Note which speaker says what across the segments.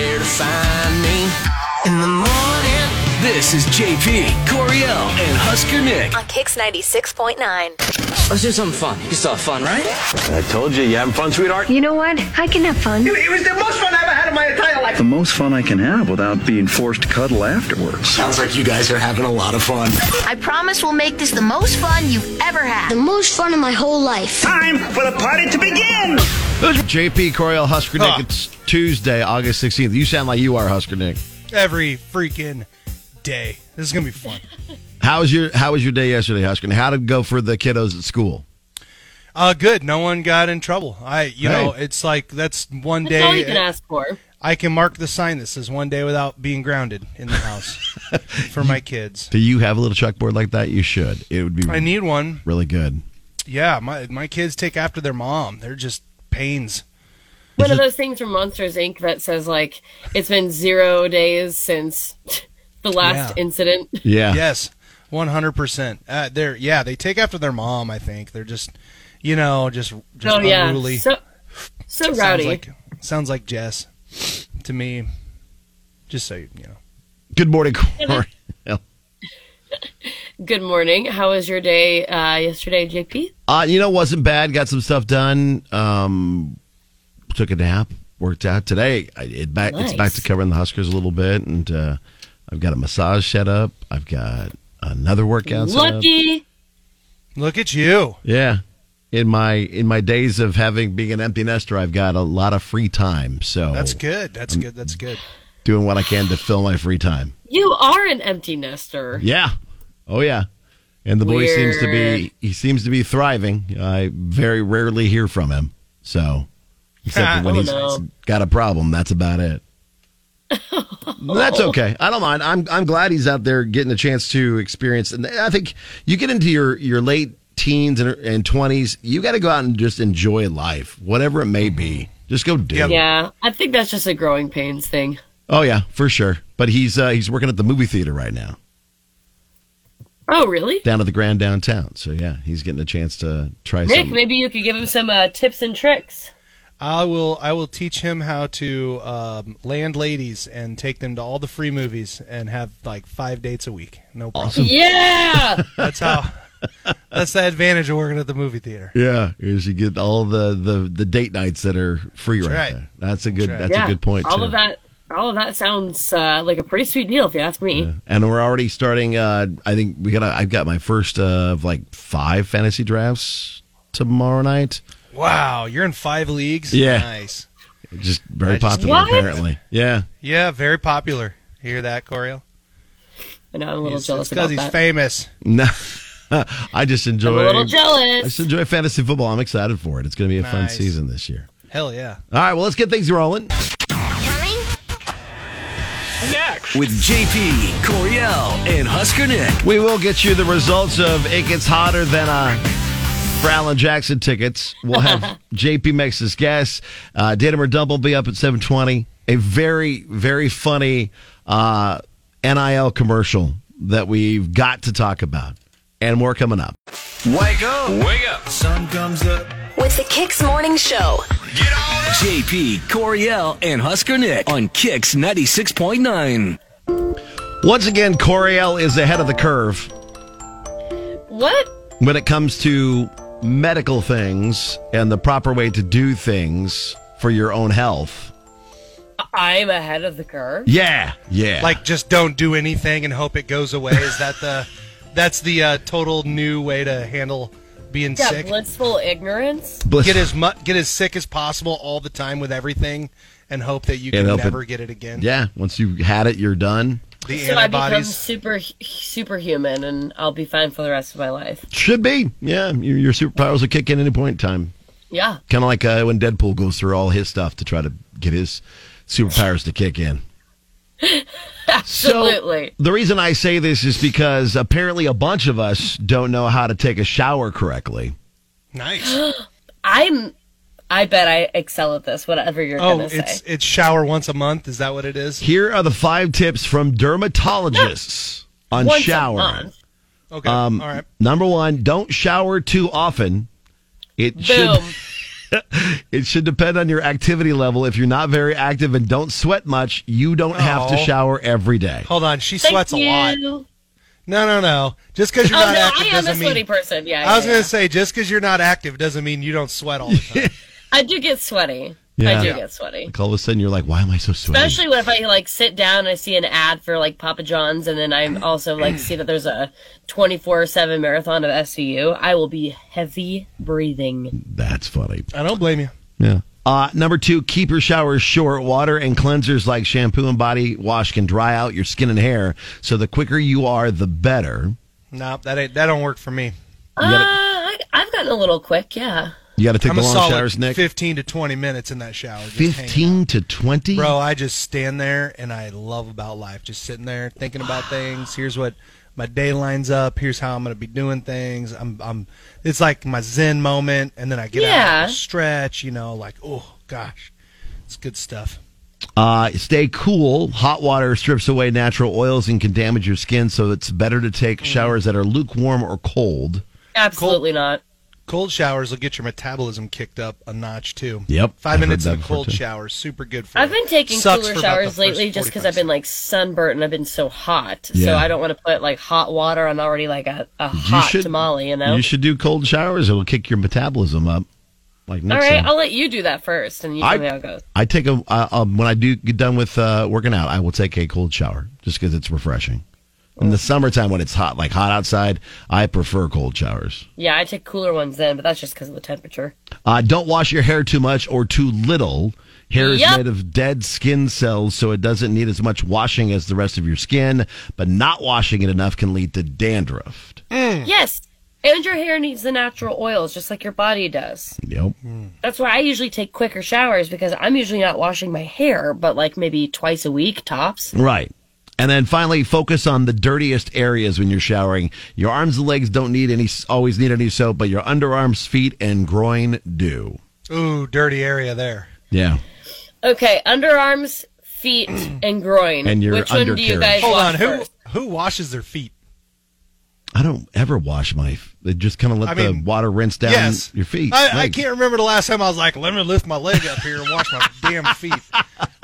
Speaker 1: find me in the morning. This is JP, Coriel, and Husker Nick.
Speaker 2: on Kix 96.9.
Speaker 3: Let's do something fun. You still have fun, right?
Speaker 4: I told you, you having fun, sweetheart?
Speaker 5: You know what? I can have fun.
Speaker 6: It was the most fun I ever had in my entire life.
Speaker 7: the most fun I can have without being forced to cuddle afterwards.
Speaker 1: Sounds like you guys are having a lot of fun.
Speaker 8: I promise we'll make this the most fun you've ever had.
Speaker 9: the most fun of my whole life.
Speaker 6: Time for the party to begin.
Speaker 10: Those are JP Coriel Husker Nick. It's Tuesday, August 16th. You sound like you are Husker Nick.
Speaker 11: every freaking day. This is gonna be fun.
Speaker 10: How was your How was your day yesterday, Husker Nick? How did it go for the kiddos at school?
Speaker 11: Uh, good. No one got in trouble. I, you know,
Speaker 10: Hey.
Speaker 11: it's like that's one
Speaker 12: That's
Speaker 11: day.
Speaker 12: all you can ask for.
Speaker 11: I can mark the sign that says one day without being grounded in the house for my kids.
Speaker 10: Do you have a little chalkboard like that? You should. It would be
Speaker 11: I need one.
Speaker 10: really good.
Speaker 11: Yeah, my my kids take after their mom. They're just pains.
Speaker 12: One of those things from Monsters Inc. that says like it's been zero days since the last
Speaker 11: Yeah.
Speaker 12: incident.
Speaker 10: Yeah.
Speaker 11: Yes, one hundred percent. Uh, They're yeah, they take after their mom. I think they're just, you know, just just
Speaker 12: oh yeah,
Speaker 11: unruly.
Speaker 12: so so
Speaker 11: sounds
Speaker 12: rowdy.
Speaker 11: like sounds like Jess to me. Just so you you know.
Speaker 10: Good morning, Coriel.
Speaker 12: Good morning. How was your day uh, yesterday, JP?
Speaker 10: Uh, you know, wasn't bad. Got some stuff done. Um, took a nap. Worked out today. I, it back. It's back
Speaker 12: Nice.
Speaker 10: to covering the Huskers a little bit, and uh, I've got a massage set up. I've got another workout. set up.
Speaker 12: Lucky.
Speaker 11: Look at you.
Speaker 10: Yeah. In my in my days of having being an empty nester, I've got a lot of free time. So
Speaker 11: That's good. That's good. That's good.
Speaker 10: doing what I can to fill my free time.
Speaker 12: You are an empty nester.
Speaker 10: Yeah. Oh yeah. And the boy seems to be
Speaker 12: Weird.
Speaker 10: he seems to be thriving. I very rarely hear from him. So except for when
Speaker 12: Oh,
Speaker 10: he's
Speaker 12: no.
Speaker 10: got a problem, that's about it. That's okay. I don't mind. I'm I'm glad he's out there getting a chance to experience. And I think you get into your your late teens and and twenties, you got to go out and just enjoy life, whatever it may be. Just go do.
Speaker 11: Yep.
Speaker 10: it.
Speaker 12: Yeah, I think that's just a growing pains thing.
Speaker 10: Oh yeah, for sure. But he's uh, he's working at the movie theater right now.
Speaker 12: Oh really?
Speaker 10: down at the Grand Downtown. So yeah, he's getting a chance to try
Speaker 12: Nick,
Speaker 10: something.
Speaker 12: maybe you could give him some uh, tips and tricks.
Speaker 11: I will. I will teach him how to um, land ladies and take them to all the free movies and have like five dates a week. No problem.
Speaker 12: Yeah.
Speaker 11: That's how. That's the advantage of working at the movie theater.
Speaker 10: Yeah, is you get all the, the, the date nights that are free right,
Speaker 11: right.
Speaker 10: there. That's a good
Speaker 11: right.
Speaker 10: that's
Speaker 12: yeah.
Speaker 10: a good point.
Speaker 12: All
Speaker 10: too.
Speaker 12: of that. All of that sounds uh, like a pretty sweet deal, if you ask me.
Speaker 10: And we're already starting uh I think we got I've got my first uh, of like five fantasy drafts tomorrow night.
Speaker 11: Wow, you're in five leagues.
Speaker 10: Yeah.
Speaker 11: Nice.
Speaker 10: Just very
Speaker 11: I just-
Speaker 10: popular
Speaker 12: What?
Speaker 10: apparently. Yeah.
Speaker 11: Yeah, very popular. Hear that, Coriel?
Speaker 12: I know I'm a little
Speaker 11: It's
Speaker 12: jealous
Speaker 11: because
Speaker 12: about
Speaker 11: he's
Speaker 12: that.
Speaker 11: famous.
Speaker 10: No. I just
Speaker 12: I'm
Speaker 10: enjoy
Speaker 12: a little
Speaker 10: I
Speaker 12: jealous.
Speaker 10: just enjoy fantasy football. I'm excited for it. It's gonna be a fun
Speaker 11: Nice.
Speaker 10: season this year.
Speaker 11: Hell yeah.
Speaker 10: All right, well let's get things rolling.
Speaker 9: Coming?
Speaker 1: With JP, Coriel, and Husker Nick.
Speaker 10: We will get you the results of It Gets Hotter Than a for Alan Jackson tickets. We'll have JP makes his guess. Uh, Datum or Dump will be up at 720. A very, very funny uh, NIL commercial that we've got to talk about. And more coming up.
Speaker 1: Wake up. Wake up. Sun comes up.
Speaker 2: With the Kix Morning Show.
Speaker 1: Get on it. JP, Coriel, and Husker Nick on Kix 96.9.
Speaker 10: Once again, Coriel is ahead of the curve
Speaker 12: What?
Speaker 10: when it comes to medical things and the proper way to do things for your own health.
Speaker 12: I'm ahead of the curve.
Speaker 10: Yeah. Yeah.
Speaker 11: Like, just don't do anything and hope it goes away. Is that the? That's the uh, total new way to handle being
Speaker 12: Yeah,
Speaker 11: sick.
Speaker 12: blissful ignorance.
Speaker 10: Bless-
Speaker 11: get as mu- get as sick as possible all the time with everything, and hope that you can
Speaker 10: And hope it-
Speaker 11: never get it again.
Speaker 10: Yeah, once you had it, you're done.
Speaker 11: The
Speaker 12: So I become
Speaker 11: antibodies.
Speaker 12: super superhuman, and I'll be fine for the rest of my life.
Speaker 10: Should be. Yeah, your, your superpowers will kick in any point in time.
Speaker 12: Yeah.
Speaker 10: Kind of like uh, when Deadpool goes through all his stuff to try to get his superpowers to kick in.
Speaker 12: Absolutely.
Speaker 10: So, the reason I say this is because apparently a bunch of us don't know how to take a shower correctly.
Speaker 11: nice.
Speaker 12: I'm. I bet I excel at this. Whatever you're
Speaker 11: Oh,
Speaker 12: gonna
Speaker 11: it's
Speaker 12: say.
Speaker 11: it's shower once a month. Is that what it is?
Speaker 10: Here are the five tips from dermatologists on
Speaker 12: Once a
Speaker 10: showering.
Speaker 12: month.
Speaker 10: Um,
Speaker 11: Okay. all right.
Speaker 10: Number one, don't shower too often. It
Speaker 12: Boom.
Speaker 10: should It should depend on your activity level. If you're not very active and don't sweat much, you don't have to
Speaker 11: No.
Speaker 10: shower every day.
Speaker 11: Hold on, she
Speaker 12: Thank
Speaker 11: sweats
Speaker 12: you.
Speaker 11: a lot. No, no, no. Just because you're
Speaker 12: Oh,
Speaker 11: not
Speaker 12: no,
Speaker 11: active
Speaker 12: I am a
Speaker 11: doesn't
Speaker 12: sweaty
Speaker 11: mean.
Speaker 12: person. Yeah,
Speaker 11: I was
Speaker 12: yeah,
Speaker 11: gonna
Speaker 12: yeah.
Speaker 11: say just because you're not active doesn't mean you don't sweat all the time.
Speaker 12: I do get sweaty.
Speaker 10: Yeah.
Speaker 12: I do
Speaker 10: Yeah.
Speaker 12: get sweaty.
Speaker 10: Like all of a sudden, you're like, why am I so sweaty?
Speaker 12: Especially when if I like sit down and I see an ad for like Papa John's, and then I'm also like see that there's a 24/7 marathon of SVU. I will be heavy breathing.
Speaker 10: That's funny.
Speaker 11: I don't blame you.
Speaker 10: Yeah. Uh, number two, keep your showers short. Water and cleansers like shampoo and body wash can dry out your skin and hair. So the quicker you are, the better.
Speaker 11: No, that ain't that don't work for me.
Speaker 12: Uh,
Speaker 10: gotta-
Speaker 12: I, I've gotten a little quick. Yeah.
Speaker 10: You got to take
Speaker 11: I'm
Speaker 10: the
Speaker 11: a
Speaker 10: long
Speaker 11: solid
Speaker 10: showers, Nick.
Speaker 11: 15 to 20 minutes in that shower. Just hanging out.
Speaker 10: 15 to 20?
Speaker 11: Bro, I just stand there and I love about life. Just sitting there thinking about things. Here's what my day lines up. Here's how I'm gonna be doing things. I'm, I'm. It's like my zen moment, and then I get out,
Speaker 12: Yeah.
Speaker 11: and stretch. You know, like oh gosh, it's good stuff.
Speaker 10: Uh, stay cool. Hot water strips away natural oils and can damage your skin, so it's better to
Speaker 11: Mm.
Speaker 10: take showers that are lukewarm or cold.
Speaker 12: Absolutely not.
Speaker 11: Cold showers will get your metabolism kicked up a notch too.
Speaker 10: Yep,
Speaker 11: 5
Speaker 10: I've
Speaker 11: minutes
Speaker 10: heard
Speaker 11: in
Speaker 10: that
Speaker 11: a
Speaker 10: before,
Speaker 11: cold
Speaker 10: too.
Speaker 11: shower, super good for.
Speaker 12: I've been taking
Speaker 11: Sucks
Speaker 12: cooler
Speaker 11: for about the
Speaker 12: showers
Speaker 11: first
Speaker 12: lately just
Speaker 11: 45
Speaker 12: because I've been like sunburnt and I've been so hot. So
Speaker 10: Yeah.
Speaker 12: I don't want to put like hot water on already like a, a hot tamale, you know?
Speaker 10: You should do cold showers. It will kick your metabolism up. Like
Speaker 12: All
Speaker 10: Nick
Speaker 12: right,
Speaker 10: said.
Speaker 12: I'll let you do that first and you tell
Speaker 10: I-
Speaker 12: me how it goes.
Speaker 10: I take a uh, um, when I do get done with uh, working out, I will take a cold shower just because it's refreshing. In the summertime when it's hot, like hot outside, I prefer cold showers.
Speaker 12: Yeah, I take cooler ones then, but that's just because of the temperature.
Speaker 10: Uh, don't wash your hair too much or too little. Hair is
Speaker 12: Yep.
Speaker 10: made of dead skin cells, so it doesn't need as much washing as the rest of your skin. But not washing it enough can lead to dandruff.
Speaker 12: Yes, and your hair needs the natural oils just like your body does.
Speaker 10: Yep.
Speaker 12: That's why I usually take quicker showers because I'm usually not washing my hair, but like maybe twice a week tops.
Speaker 10: Right. And then finally, focus on the dirtiest areas when you're showering. Your arms and legs don't need any, always need any soap, but your underarms, feet, and groin do.
Speaker 11: Ooh, dirty area there.
Speaker 10: Yeah.
Speaker 12: Okay, underarms, feet, and groin.
Speaker 10: And your
Speaker 12: Which one do you
Speaker 10: undercarriage.
Speaker 12: guys
Speaker 11: Hold
Speaker 12: wash
Speaker 11: on, who
Speaker 12: first?
Speaker 11: who washes their feet?
Speaker 10: I don't ever wash my. They just kind of let
Speaker 11: I
Speaker 10: the
Speaker 11: mean,
Speaker 10: water rinse down
Speaker 11: yes,
Speaker 10: your feet.
Speaker 11: I, I
Speaker 10: legs.
Speaker 11: can't remember the last time I was like, let me lift my leg up here and wash my damn feet.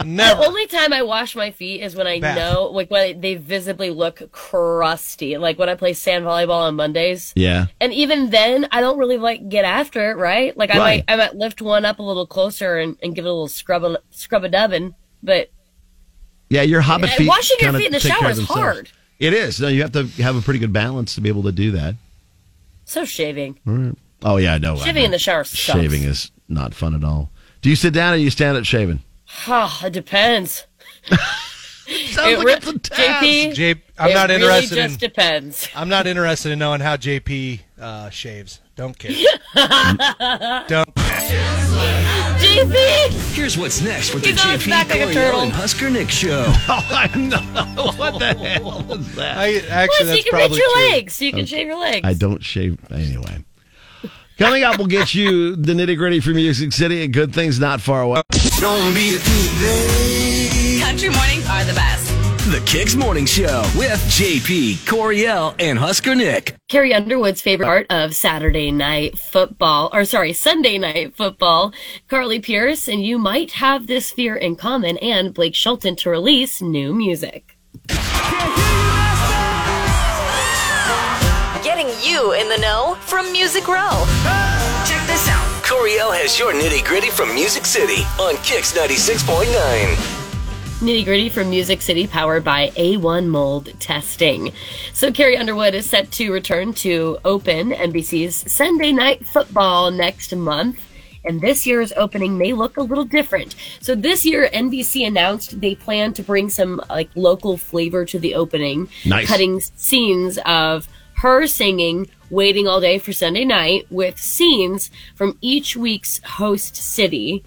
Speaker 11: Never.
Speaker 12: The only time I wash my feet is when I
Speaker 11: Bath.
Speaker 12: know, like when they visibly look crusty. Like when I play sand volleyball on Mondays.
Speaker 10: Yeah.
Speaker 12: And even then, I don't really like get after it, right? Like I
Speaker 10: Right.
Speaker 12: might, I might lift one up a little closer and, and give it a little scrub, a, scrub a dubbin. But
Speaker 10: Yeah, your hobbit
Speaker 12: Uh,
Speaker 10: feet.
Speaker 12: washing your
Speaker 10: kinda
Speaker 12: feet in the
Speaker 10: take care
Speaker 12: shower
Speaker 10: of
Speaker 12: is
Speaker 10: themselves.
Speaker 12: hard.
Speaker 10: It is. No, you have to have a pretty good balance to be able to do that.
Speaker 12: so shaving,
Speaker 10: Oh yeah, no. I
Speaker 12: shaving in
Speaker 10: know.
Speaker 12: the shower sucks.
Speaker 10: Shaving is not fun at all. Do you sit down or you stand up shaving?
Speaker 12: Ah, it depends.
Speaker 10: Sounds
Speaker 11: Oh,
Speaker 12: It
Speaker 10: like
Speaker 12: re-
Speaker 10: it's a task.
Speaker 12: JP,
Speaker 11: J- I'm
Speaker 12: it
Speaker 11: not
Speaker 12: really
Speaker 11: interested in-
Speaker 12: Just depends.
Speaker 11: I'm not interested in knowing how JP uh, shaves. Don't care. Don't.
Speaker 12: JP,
Speaker 1: Here's what's next with
Speaker 12: He
Speaker 1: the
Speaker 12: goes
Speaker 1: JP
Speaker 12: back like a
Speaker 1: Coriel
Speaker 12: turtle.
Speaker 1: and Husker Nick show.
Speaker 10: Oh, I know. What the hell was that?
Speaker 11: I, actually,
Speaker 12: plus
Speaker 11: that's
Speaker 12: you can reach
Speaker 11: probably
Speaker 12: your
Speaker 11: true.
Speaker 12: legs, so you can shave your legs.
Speaker 10: I don't shave anyway. Coming up, we'll get you the nitty gritty from Music City and good things not far away.
Speaker 1: Don't be
Speaker 5: Country mornings are the best.
Speaker 1: the Kicks Morning Show with JP Coriel and Husker Nick.
Speaker 12: Carrie Underwood's favorite part of Saturday night football, or sorry, Sunday night football, Carly Pierce, and you might have this fear in common, and Blake Shelton to release new music.
Speaker 2: Getting you in the know from Music Row.
Speaker 5: Check this out.
Speaker 1: Coriel has your nitty gritty from Music City on Kicks 96.9.
Speaker 12: Nitty gritty from Music City, powered by A1 Mold Testing. So, Carrie Underwood is set to return to open NBC's Sunday Night Football next month. And this year's opening may look a little different. So this year, NBC announced they plan to bring some like local flavor to the opening,
Speaker 10: Nice.
Speaker 12: cutting scenes of her singing "Waiting All Day for Sunday Night" with scenes from each week's host city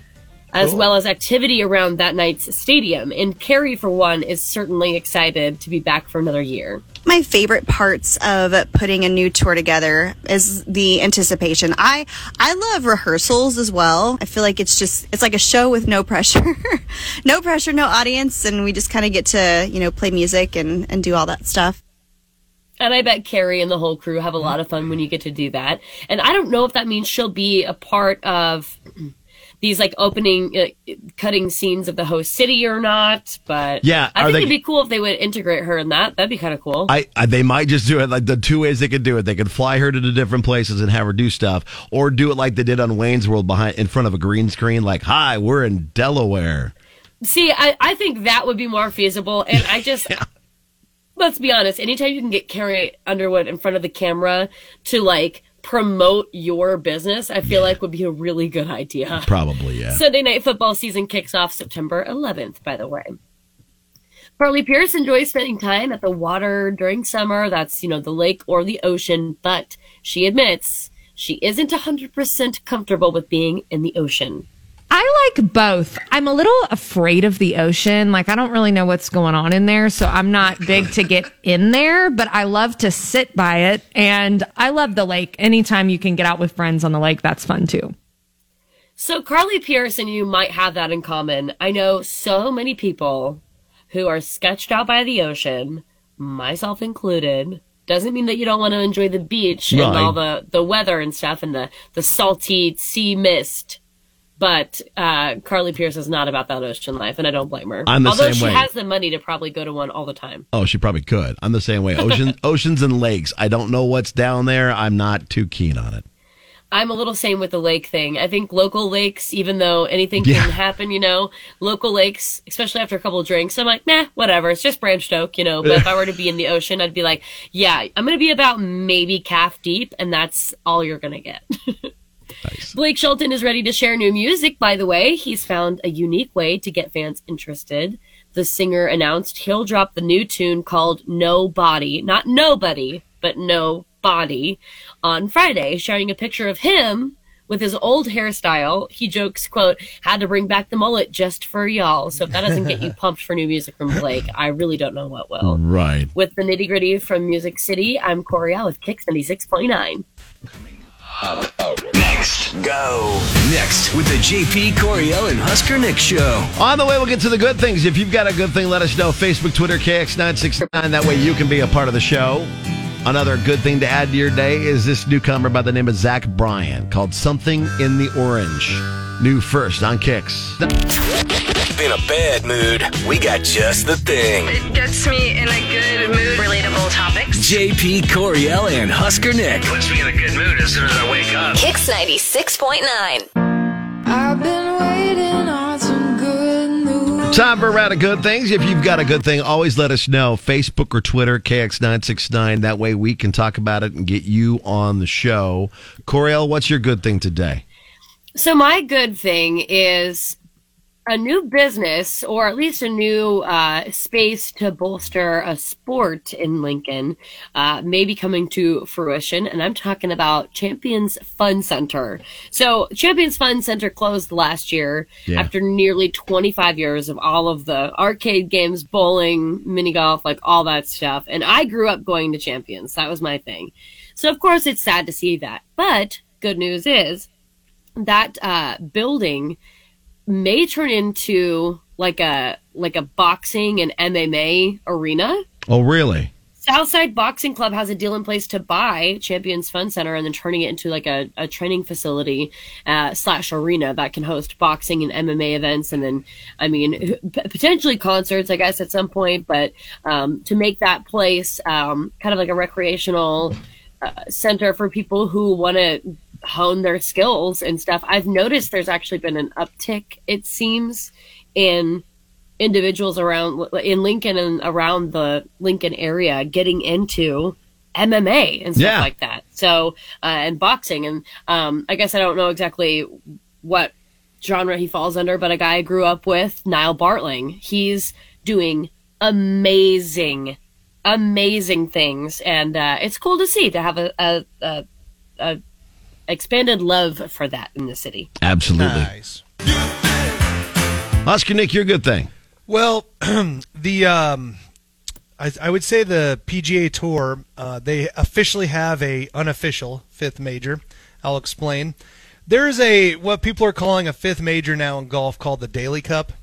Speaker 12: as well as activity around that night's stadium. And Carrie, for one, is certainly excited to be back for another year.
Speaker 5: My favorite parts of putting a new tour together is the anticipation. I I love rehearsals as well. I feel like it's just it's like a show with no pressure. no pressure, no audience, and we just kind of get to, you know, play music and and do all that stuff.
Speaker 12: And I bet Carrie and the whole crew have a lot of fun when you get to do that. And I don't know if that means she'll be a part of these like opening, uh, cutting scenes of the host city or not. But
Speaker 10: Yeah,
Speaker 12: I
Speaker 10: are
Speaker 12: think
Speaker 10: they-
Speaker 12: it'd be cool if they would integrate her in that. That'd be kind of cool.
Speaker 10: I, I they might just do it like the two ways they could do it. They could fly her to the different places and have her do stuff, or do it like they did on Wayne's World behind in front of a green screen, like "Hi, we're in Delaware."
Speaker 12: See, I, I think that would be more feasible. And I just, let's be honest, anytime you can get Carrie Underwood in front of the camera to like promote your business, I feel like would be a really good idea.
Speaker 10: Probably, yeah.
Speaker 12: Sunday night football season kicks off September 11th, by the way. Carly Pierce enjoys spending time at the water during summer. That's, you know, the lake or the ocean, but she admits she isn't 100% comfortable with being in the ocean.
Speaker 13: I like both. I'm a little afraid of the ocean. Like, I don't really know what's going on in there. So I'm not big to get in there, but I love to sit by it. And I love the lake. Anytime you can get out with friends on the lake, that's fun too.
Speaker 12: So, Carly Pierce and you might have that in common. I know so many people who are sketched out by the ocean, myself included. Doesn't mean that you don't want to enjoy the beach and
Speaker 14: Right.
Speaker 12: all the, the weather and stuff and the, the salty sea mist. But uh, Carly Pierce is not about that ocean life, and I don't blame her.
Speaker 10: I'm the
Speaker 12: Although
Speaker 10: same
Speaker 12: she
Speaker 10: way.
Speaker 12: has the money to probably go to one all the time.
Speaker 10: Oh, she probably could. I'm the same way. Ocean, oceans and lakes. I don't know what's down there. I'm not too keen on it.
Speaker 12: I'm a little same with the lake thing. I think local lakes, even though anything can
Speaker 10: Yeah.
Speaker 12: happen, you know, local lakes, especially after a couple of drinks, I'm like, nah, whatever. It's just branched oak, you know. But if I were to be in the ocean, I'd be like, yeah, I'm going to be about maybe calf deep, and that's all you're going to get. Blake Shelton is ready to share new music, by the way. He's found a unique way to get fans interested. The singer announced he'll drop the new tune called No Body, not Nobody, but No Body, on Friday, sharing a picture of him with his old hairstyle. He jokes, quote, had to bring back the mullet just for y'all. So if that doesn't get you pumped for new music from Blake, I really don't know what will.
Speaker 10: Right.
Speaker 12: With the nitty gritty from Music City, I'm Coriel with Kix 96.9.
Speaker 1: Up, up next, go. Next with the JP Coriel and Husker Nick show.
Speaker 10: On the way, we'll get to the good things. If you've got a good thing, let us know. Facebook, Twitter, KX969. That way you can be a part of the show. Another good thing to add to your day is this newcomer by the name of Zach Bryan called Something in the Orange. New first on Kicks.
Speaker 1: In a bad mood, we got just the thing.
Speaker 15: It gets me in a good mood. Relatable topics.
Speaker 1: JP Coriel and Husker Nick. Puts me in a good mood as soon as I wake up.
Speaker 2: Kicks 96.9.
Speaker 16: I've been waiting on some good news.
Speaker 10: Time for a round of good things. If you've got a good thing, always let us know. Facebook or Twitter, KX969. That way we can talk about it and get you on the show. Coriel, what's your good thing today?
Speaker 12: So my good thing is a new business, or at least a new uh, space to bolster a sport in Lincoln, uh, may be coming to fruition, and I'm talking about Champions Fun Center. So Champions Fun Center closed last year
Speaker 17: Yeah.
Speaker 12: after nearly 25 years of all of the arcade games, bowling, mini golf, like all that stuff. And I grew up going to Champions; that was my thing. So of course it's sad to see that, but good news is that uh, building may turn into like a like a boxing and MMA arena.
Speaker 10: Oh, really?
Speaker 12: Southside Boxing Club has a deal in place to buy Champions Fun Center and then turning it into like a, a training facility uh, slash arena that can host boxing and MMA events and then I mean p- potentially concerts I guess at some point but um, to make that place um, kind of like a recreational uh, center for people who want to hone their skills and stuff. I've noticed there's actually been an uptick, it seems, in individuals around in Lincoln and around the Lincoln area getting into MMA and stuff
Speaker 18: Yeah.
Speaker 12: like that. So, uh, and boxing. And um, I guess I don't know exactly what genre he falls under, but a guy I grew up with, Niall Bartling, he's doing amazing, amazing things. And uh, it's cool to see to have a, a, a, a expanded love for that in the city.
Speaker 10: Absolutely.
Speaker 11: Nice.
Speaker 10: Oscar Nick, your good thing.
Speaker 11: Well, the um, I, I would say the PGA Tour uh, they officially have a unofficial fifth major. I'll explain. There is a what people are calling a fifth major now in golf called the Daily Cup,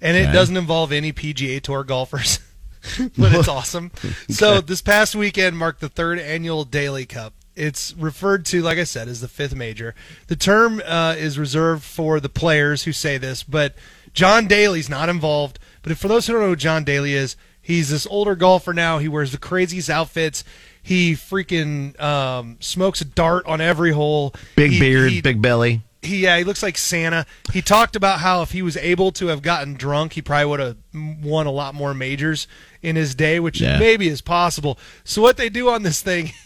Speaker 11: and it
Speaker 10: Okay.
Speaker 11: doesn't involve any PGA Tour golfers. but it's awesome. So this past weekend marked the third annual Daily Cup. It's referred to, like I said, as the fifth major. The term uh, is reserved for the players who say this, but John Daly's not involved. But for those who don't know who John Daly is, he's this older golfer now. He wears the craziest outfits. He freaking um, smokes a dart on every hole.
Speaker 10: Big
Speaker 11: He-
Speaker 10: beard,
Speaker 11: he-
Speaker 10: big belly.
Speaker 11: he yeah, he looks like Santa. He talked about how if he was able to have gotten drunk, he probably would have won a lot more majors in his day, which
Speaker 10: Yeah.
Speaker 11: maybe is possible. So what they do on this thing,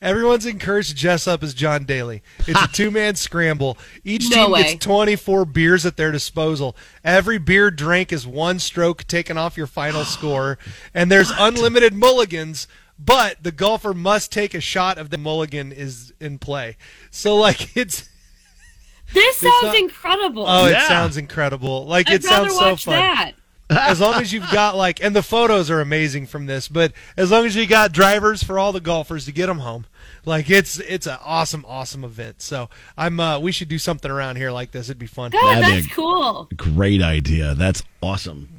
Speaker 11: everyone's encouraged to dress up as John Daly. It's a two-man scramble. Each
Speaker 12: No
Speaker 11: team
Speaker 12: way.
Speaker 11: gets 24 beers at their disposal. Every beer drink is one stroke taken off your final score, and there's unlimited mulligans. But the golfer must take a shot of the mulligan is in play. So like it's
Speaker 12: This
Speaker 11: This
Speaker 12: sounds
Speaker 11: so-
Speaker 12: incredible.
Speaker 11: Oh, it sounds incredible! Like
Speaker 12: I'd
Speaker 11: it sounds
Speaker 12: rather watch
Speaker 11: so fun.
Speaker 12: that.
Speaker 11: as long as you've got like, and the photos are amazing from this, but as long as you got drivers for all the golfers to get them home, like it's it's an awesome, awesome event. So I'm uh, we should do something around here like this. It'd be fun.
Speaker 12: God,
Speaker 10: That'd be
Speaker 12: that's
Speaker 10: a-
Speaker 12: cool.
Speaker 10: Great idea. That's awesome.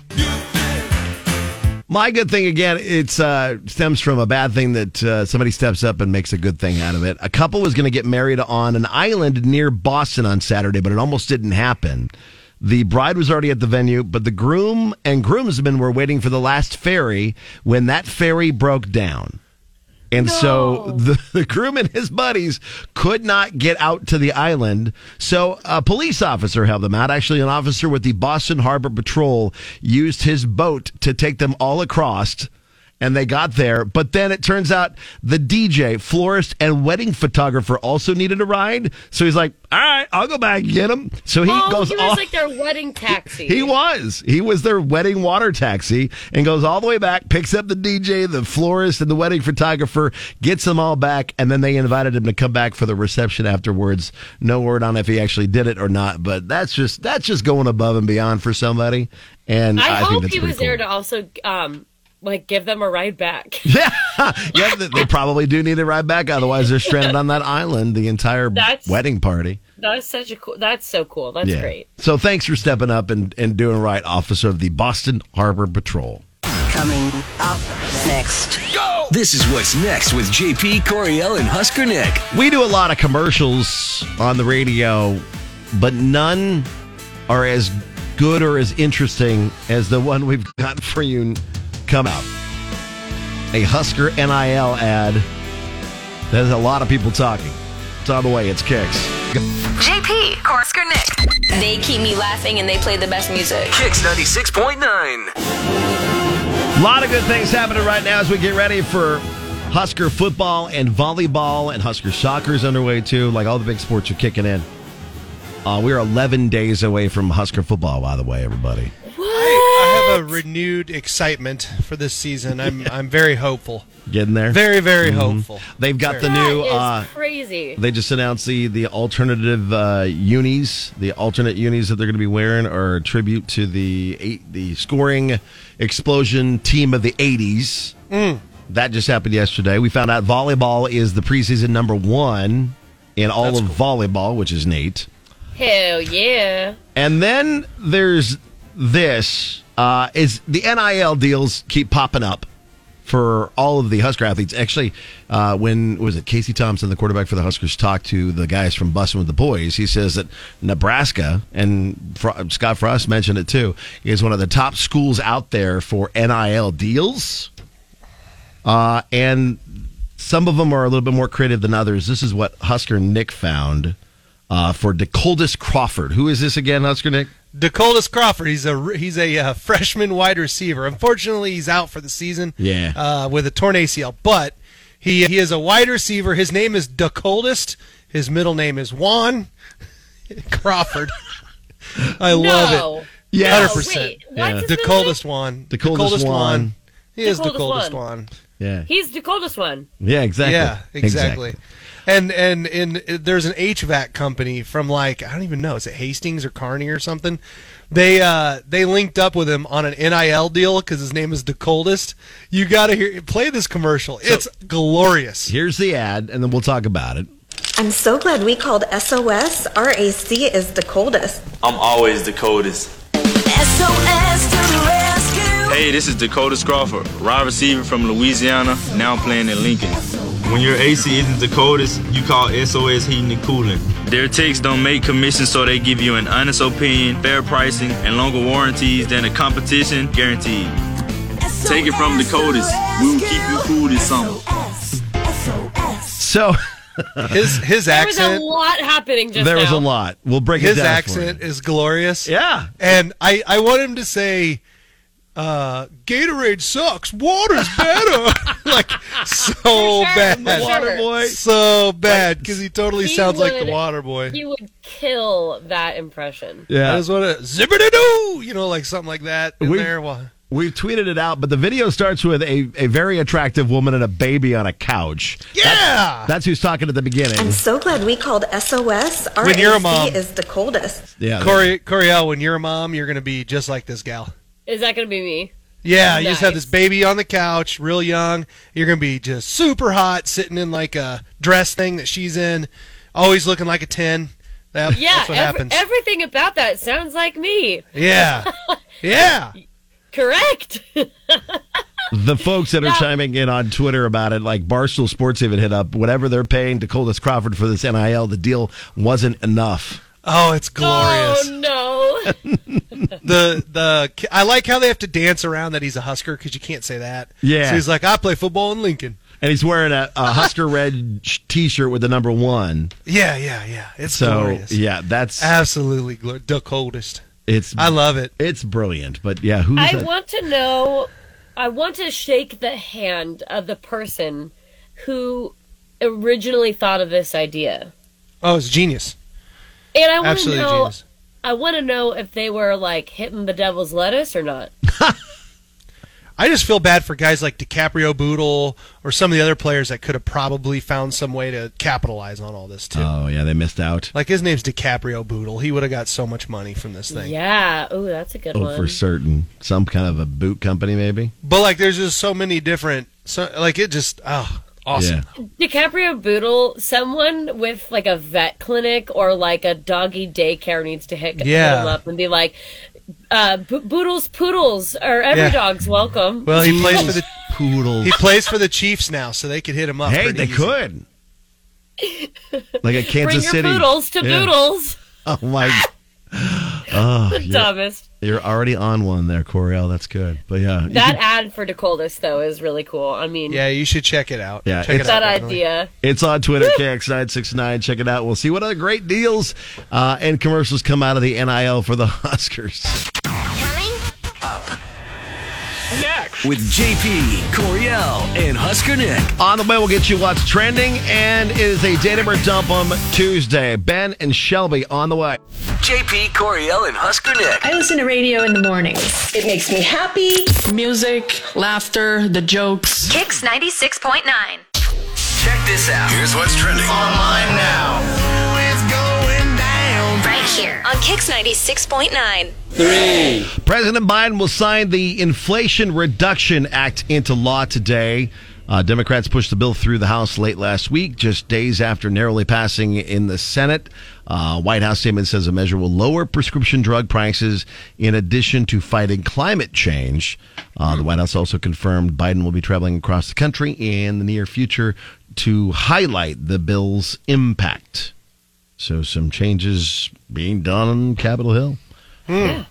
Speaker 10: My good thing again, it's uh, stems from a bad thing that uh, somebody steps up and makes a good thing out of it. A couple was going to get married on an island near Boston on Saturday, but it almost didn't happen. The bride was already at the venue, but the groom and groomsmen were waiting for the last ferry when that ferry broke down. And so the, the groom and his buddies could not get out to the island. So a police officer helped them out. Actually, an officer with the Boston Harbor Patrol used his boat to take them all across. And they got there, but then it turns out the DJ, florist, and wedding photographer also needed a ride. So he's like, "All right, I'll go back and get him." So he
Speaker 12: oh,
Speaker 10: goes
Speaker 12: he was
Speaker 10: off.
Speaker 12: like their wedding taxi.
Speaker 10: He was. He was their wedding water taxi and goes all the way back, picks up the DJ, the florist, and the wedding photographer, gets them all back, and then they invited him to come back for the reception afterwards. No word on if he actually did it or not, but that's just that's just going above and beyond for somebody. And
Speaker 12: I,
Speaker 10: I, think
Speaker 12: hope
Speaker 10: that's
Speaker 12: he
Speaker 10: pretty
Speaker 12: was there to also um like give them a ride back.
Speaker 10: cool. yeah, they- they probably do need to ride back, otherwise they're stranded on that island the entire
Speaker 12: That's-
Speaker 10: wedding party.
Speaker 12: That's such a cool. That's so cool. That's great.
Speaker 10: So thanks for stepping up and, and doing right, officer of the Boston Harbor Patrol.
Speaker 1: Coming up next. Go! This is what's next with JP Coriel and Husker Nick.
Speaker 10: We do a lot of commercials on the radio, but none are as good or as interesting as the one we've got for you come out. A Husker NIL ad that has a lot of people talking. It's on the way, it's Kicks.
Speaker 2: JP, Corsker Nick. They keep me laughing and they play the best music.
Speaker 1: Kicks 96.9.
Speaker 10: A lot of good things happening right now as we get ready for Husker football and volleyball, and Husker soccer is underway too. Like all the big sports are kicking in. Uh, we're 11 days away from Husker football, by the way, everybody.
Speaker 11: I, I have a renewed excitement for this season. I'm I'm very hopeful.
Speaker 10: Getting there?
Speaker 11: Very, very
Speaker 10: Mhm.
Speaker 11: hopeful.
Speaker 10: They've got the
Speaker 12: That
Speaker 10: new.
Speaker 12: is
Speaker 10: uh,
Speaker 12: crazy.
Speaker 10: They just announced the the alternative uh, unis, the alternate unis that they're going to be wearing are a tribute to the eight, the scoring explosion team of the '80s. That just happened yesterday. We found out volleyball is the preseason number one in all of volleyball, which is neat.
Speaker 12: Hell yeah.
Speaker 10: And then there's this uh, is the NIL deals keep popping up for all of the Husker athletes. Actually, uh, when was it Casey Thompson, the quarterback for the Huskers, talked to the guys from Bussin' with the Boys, he says that Nebraska and Fro- Scott Frost mentioned it too is one of the top schools out there for NIL deals. Uh, and some of them are a little bit more creative than others. This is what Husker Nick found uh, for DeColdis Crawford. Who is this again, Husker Nick?
Speaker 11: DeColdis Crawford. He's a he's a uh, freshman wide receiver. Unfortunately, he's out for the season.
Speaker 10: Yeah.
Speaker 11: uh, with a torn ACL, but he he is a wide receiver. His name is DeColdis. His middle name is Juan Crawford. I
Speaker 12: No.
Speaker 11: love it.
Speaker 10: Yeah.
Speaker 11: hundred
Speaker 12: No,
Speaker 11: percent.
Speaker 12: wait, what's Yeah. his
Speaker 11: The
Speaker 12: middle
Speaker 11: coldest one. The
Speaker 10: DeColdis
Speaker 11: coldest
Speaker 10: Juan.
Speaker 11: one. He is the
Speaker 12: DeColdis
Speaker 11: coldest
Speaker 12: Juan.
Speaker 11: one.
Speaker 10: Yeah.
Speaker 12: He's the coldest one.
Speaker 10: Yeah, exactly.
Speaker 11: Yeah, exactly. And and and there's an HVAC company from like I don't even know, is it Hastings or Kearney or something? They uh they linked up with him on an NIL deal because his name is the coldest. You got to hear play this commercial. it's glorious.
Speaker 10: Here's the ad, and then we'll talk about it.
Speaker 14: I'm so glad we called SOS. Our AC is the coldest.
Speaker 17: I'm always the coldest.
Speaker 14: SOS to the rescue.
Speaker 17: Hey, this is Dakota Scrawford, wide receiver from Louisiana, now playing in Lincoln. When your AC isn't the coldest, you call SOS Heating and Cooling. Their techs don't make commissions, so they give you an honest opinion, fair pricing, and longer warranties than the competition guaranteed. Take it from Dakotas. We will keep you cool this summer.
Speaker 10: So
Speaker 11: his his
Speaker 12: There was a
Speaker 11: accent.
Speaker 12: lot happening just
Speaker 10: there
Speaker 12: now.
Speaker 10: was a lot. We'll break
Speaker 11: his
Speaker 10: it down. for you.
Speaker 11: accent is glorious.
Speaker 10: Yeah,
Speaker 11: and I I want him to say, uh, "Gatorade sucks. Water's better." like so bad,
Speaker 12: for sure.
Speaker 11: So bad because he totally
Speaker 12: He
Speaker 11: sounds like
Speaker 12: would-
Speaker 11: the water boy.
Speaker 12: He would kill that impression.
Speaker 10: Yeah.
Speaker 11: I just want to zippity doo, you know, like something like that in
Speaker 10: We-
Speaker 11: there. Well,
Speaker 10: We've tweeted it out, but the video starts with a, a very attractive woman and a baby on a couch. Yeah! That's, that's who's talking at the beginning.
Speaker 14: I'm so glad we called SOS. Our
Speaker 11: When you're a
Speaker 14: AC
Speaker 11: mom.
Speaker 14: is the coldest.
Speaker 10: Yeah,
Speaker 11: Corey, Coriel, when you're a mom, you're gonna be just like this gal.
Speaker 12: Is that going to be me?
Speaker 11: Yeah, you just have this baby on the couch, real young. You're gonna be just super hot, sitting in like a dress thing that she's in, always looking like a ten. That,
Speaker 12: Yeah,
Speaker 11: that's what
Speaker 12: ev-
Speaker 11: happens.
Speaker 12: everything about that sounds like me.
Speaker 11: yeah, yeah.
Speaker 12: Correct.
Speaker 10: The folks that are chiming in on Twitter about it, like Barstool Sports even hit up, whatever they're paying Dakota Crawford for this NIL, the deal wasn't enough.
Speaker 11: Oh, it's glorious.
Speaker 12: Oh no.
Speaker 11: the the I like how they have to dance around that he's a Husker because you can't say that.
Speaker 10: Yeah.
Speaker 11: so he's like, I play football in Lincoln.
Speaker 10: And he's wearing a, a Husker Red t shirt with the number one.
Speaker 11: Yeah, yeah, yeah. It's
Speaker 10: so,
Speaker 11: glorious. Uh,
Speaker 10: yeah, that's
Speaker 11: Absolutely glor- the coldest.
Speaker 10: it's
Speaker 11: I love it.
Speaker 10: It's brilliant, but yeah, who's
Speaker 12: I
Speaker 10: that?
Speaker 12: want to know. I want to shake the hand of the person who originally thought of this idea,
Speaker 11: Oh, it's genius.
Speaker 12: and I want to
Speaker 11: Absolutely
Speaker 12: know.
Speaker 11: genius.
Speaker 12: I want to know if they were like hitting the devil's lettuce or not.
Speaker 11: I just feel bad for guys like DiCaprio Boodle or some of the other players that could have probably found some way to capitalize on all this too.
Speaker 10: Oh, yeah, they missed out.
Speaker 11: like his name's DiCaprio Boodle. He would have got so much money from this thing.
Speaker 12: Yeah. Ooh, that's a good
Speaker 10: Oh,
Speaker 12: one.
Speaker 10: for certain. Some kind of a boot company, maybe?
Speaker 11: But like there's just so many different so like it just oh awesome.
Speaker 10: Yeah.
Speaker 12: DiCaprio Boodle, someone with like a vet clinic or like a doggy daycare needs to hit, hit
Speaker 11: Yeah.
Speaker 12: him up and be like, uh, Bo- Boodles, Poodles, or every
Speaker 11: Yeah.
Speaker 12: dog's welcome.
Speaker 11: Well, he plays for the
Speaker 10: poodles.
Speaker 11: He plays for the Chiefs now, so they could hit him up.
Speaker 10: Hey,
Speaker 11: pretty
Speaker 10: they
Speaker 11: easy.
Speaker 10: could. Like at Kansas
Speaker 12: Bring your
Speaker 10: City.
Speaker 12: poodles to
Speaker 10: Yeah.
Speaker 12: Boodles.
Speaker 10: Oh my! Oh,
Speaker 12: The
Speaker 10: you're,
Speaker 12: dumbest.
Speaker 10: you're already on one there, Coriel. That's good. But yeah, you
Speaker 12: That
Speaker 10: can-
Speaker 12: ad for Dakotas though is really cool. I mean,
Speaker 11: Yeah, you should check it out.
Speaker 10: Yeah,
Speaker 11: check
Speaker 10: it's-
Speaker 11: it
Speaker 12: that
Speaker 11: out. definitely.
Speaker 12: idea.
Speaker 10: it's on Twitter KX nine six nine. Check it out. We'll see what other great deals uh, and commercials come out of the NIL for the Oscars.
Speaker 1: With JP, Coriel, and Husker Nick.
Speaker 10: On the way, we'll get you what's trending, and it is a date 'em or dump 'em Tuesday. Ben and Shelby on the way.
Speaker 1: JP, Coriel, and Husker Nick.
Speaker 18: I listen to radio in the morning. It makes me happy.
Speaker 19: Music, laughter, the jokes.
Speaker 2: Kicks 96.9.
Speaker 1: Check this out. Here's what's trending online now. It's going down.
Speaker 2: Right here on Kicks 96.9.
Speaker 10: Three. President Biden will sign the Inflation Reduction Act into law today. Uh, Democrats pushed the bill through the House late last week, just days after narrowly passing in the Senate. Uh, White House statement says the measure will lower prescription drug prices in addition to fighting climate change. Uh, the White House also confirmed Biden will be traveling across the country in the near future to highlight the bill's impact. So, some changes being done on Capitol Hill.
Speaker 12: Yeah.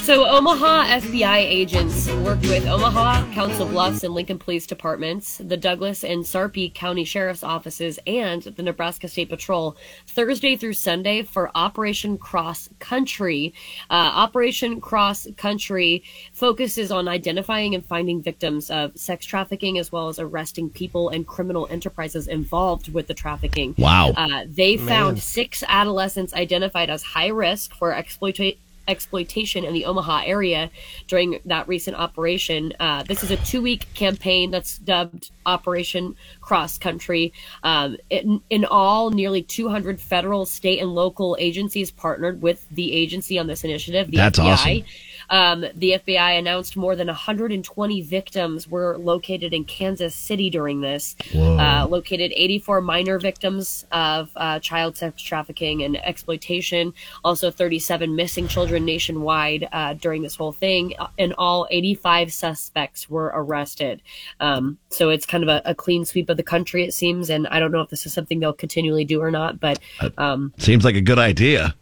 Speaker 12: So Omaha FBI agents worked with Omaha, Council Bluffs, and Lincoln Police Departments, the Douglas and Sarpy County Sheriff's Offices, and the Nebraska State Patrol Thursday through Sunday for Operation Cross Country. Uh, Operation Cross Country focuses on identifying and finding victims of sex trafficking as well as arresting people and criminal enterprises involved with the trafficking.
Speaker 20: Wow.
Speaker 12: Uh, they
Speaker 20: Man.
Speaker 12: found six adolescents identified as high risk for exploitation exploitation in the Omaha area during that recent operation. Uh, this is a two week campaign that's dubbed Operation Cross Country. Um, in, in all, nearly 200 federal, state, and local agencies partnered with the agency on this initiative. The
Speaker 21: That's
Speaker 12: FBI.
Speaker 21: awesome.
Speaker 12: Um, the FBI announced more than 120 victims were located in Kansas City during this.
Speaker 21: Whoa.
Speaker 12: Uh, located 84 minor victims of uh, child sex trafficking and exploitation, also 37 missing children children nationwide uh, during this whole thing, uh, and all 85 suspects were arrested. Um, so it's kind of a, a clean sweep of the country, it seems. And I don't know if this is something they'll continually do or not, but
Speaker 21: Uh,
Speaker 12: um,
Speaker 10: Seems like a good idea.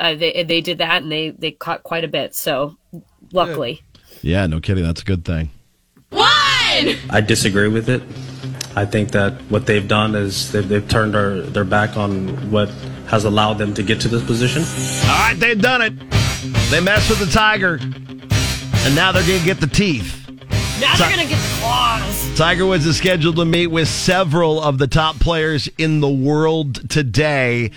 Speaker 12: uh, they they did that and they they caught quite a bit. So luckily,
Speaker 10: Yeah, no kidding. That's a good thing.
Speaker 12: one.
Speaker 20: I disagree with it. I think that what they've done is they've, they've turned our, their back on what has allowed them to get to this position.
Speaker 10: All right, they've done it. They messed with the tiger, and now they're going to get the teeth.
Speaker 12: Now
Speaker 10: they're
Speaker 12: gonna get claws.
Speaker 10: Tiger Woods is scheduled to meet with several of the top players in the world today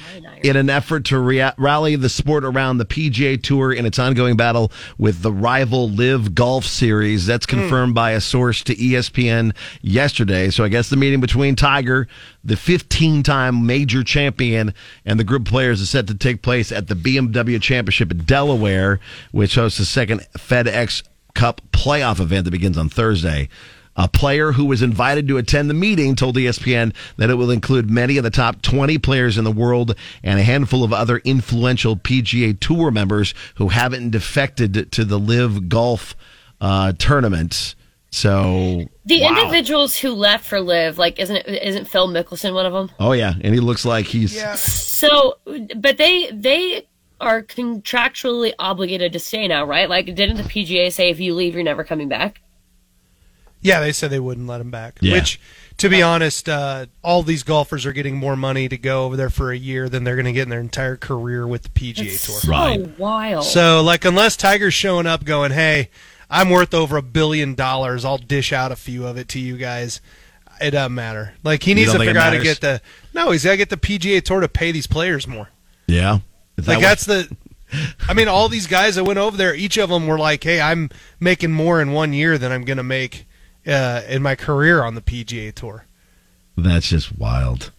Speaker 10: in an effort to rea- rally the sport around the PGA Tour in its ongoing battle with the rival Live Golf Series. That's confirmed by a source to E ESPN yesterday. So I guess the meeting between Tiger, the 15-time major champion, and the group of players is set to take place at the BMW Championship in Delaware, which hosts the second FedEx Cup playoff event that begins on Thursday. A player who was invited to attend the meeting told E ESPN that it will include many of the top 20 players in the world and a handful of other influential PGA Tour members who haven't defected to the Live Golf uh, tournament. So
Speaker 12: The
Speaker 10: wow.
Speaker 12: individuals who left for live, like isn't it, isn't Phil Mickelson one of them?
Speaker 10: Oh yeah, and he looks like he's
Speaker 12: So, but they they are contractually obligated to stay now, right? Like, didn't the PGA say if you leave, you're never coming back?
Speaker 11: Yeah, they said they wouldn't let him back.
Speaker 10: Yeah.
Speaker 11: Which, to be honest, uh, all these golfers are getting more money to go over there for a year than they're going to get in their entire career with the PGA Tour.
Speaker 12: So wild.
Speaker 11: So, like, unless Tiger's showing up going, hey, I'm worth over a billion dollars, I'll dish out a few of it to you guys. It doesn't matter. Like, he
Speaker 10: You
Speaker 11: needs
Speaker 10: don't
Speaker 11: to
Speaker 10: think it
Speaker 11: figure out how to
Speaker 10: matters?
Speaker 11: get the. No, he's got to get the PGA Tour to pay these players more.
Speaker 10: yeah. Is that
Speaker 11: like,
Speaker 10: what-
Speaker 11: that's the. I mean, all these guys that went over there, each of them were like, hey, I'm making more in one year than I'm going to make uh, in my career on the PGA Tour.
Speaker 10: That's just wild.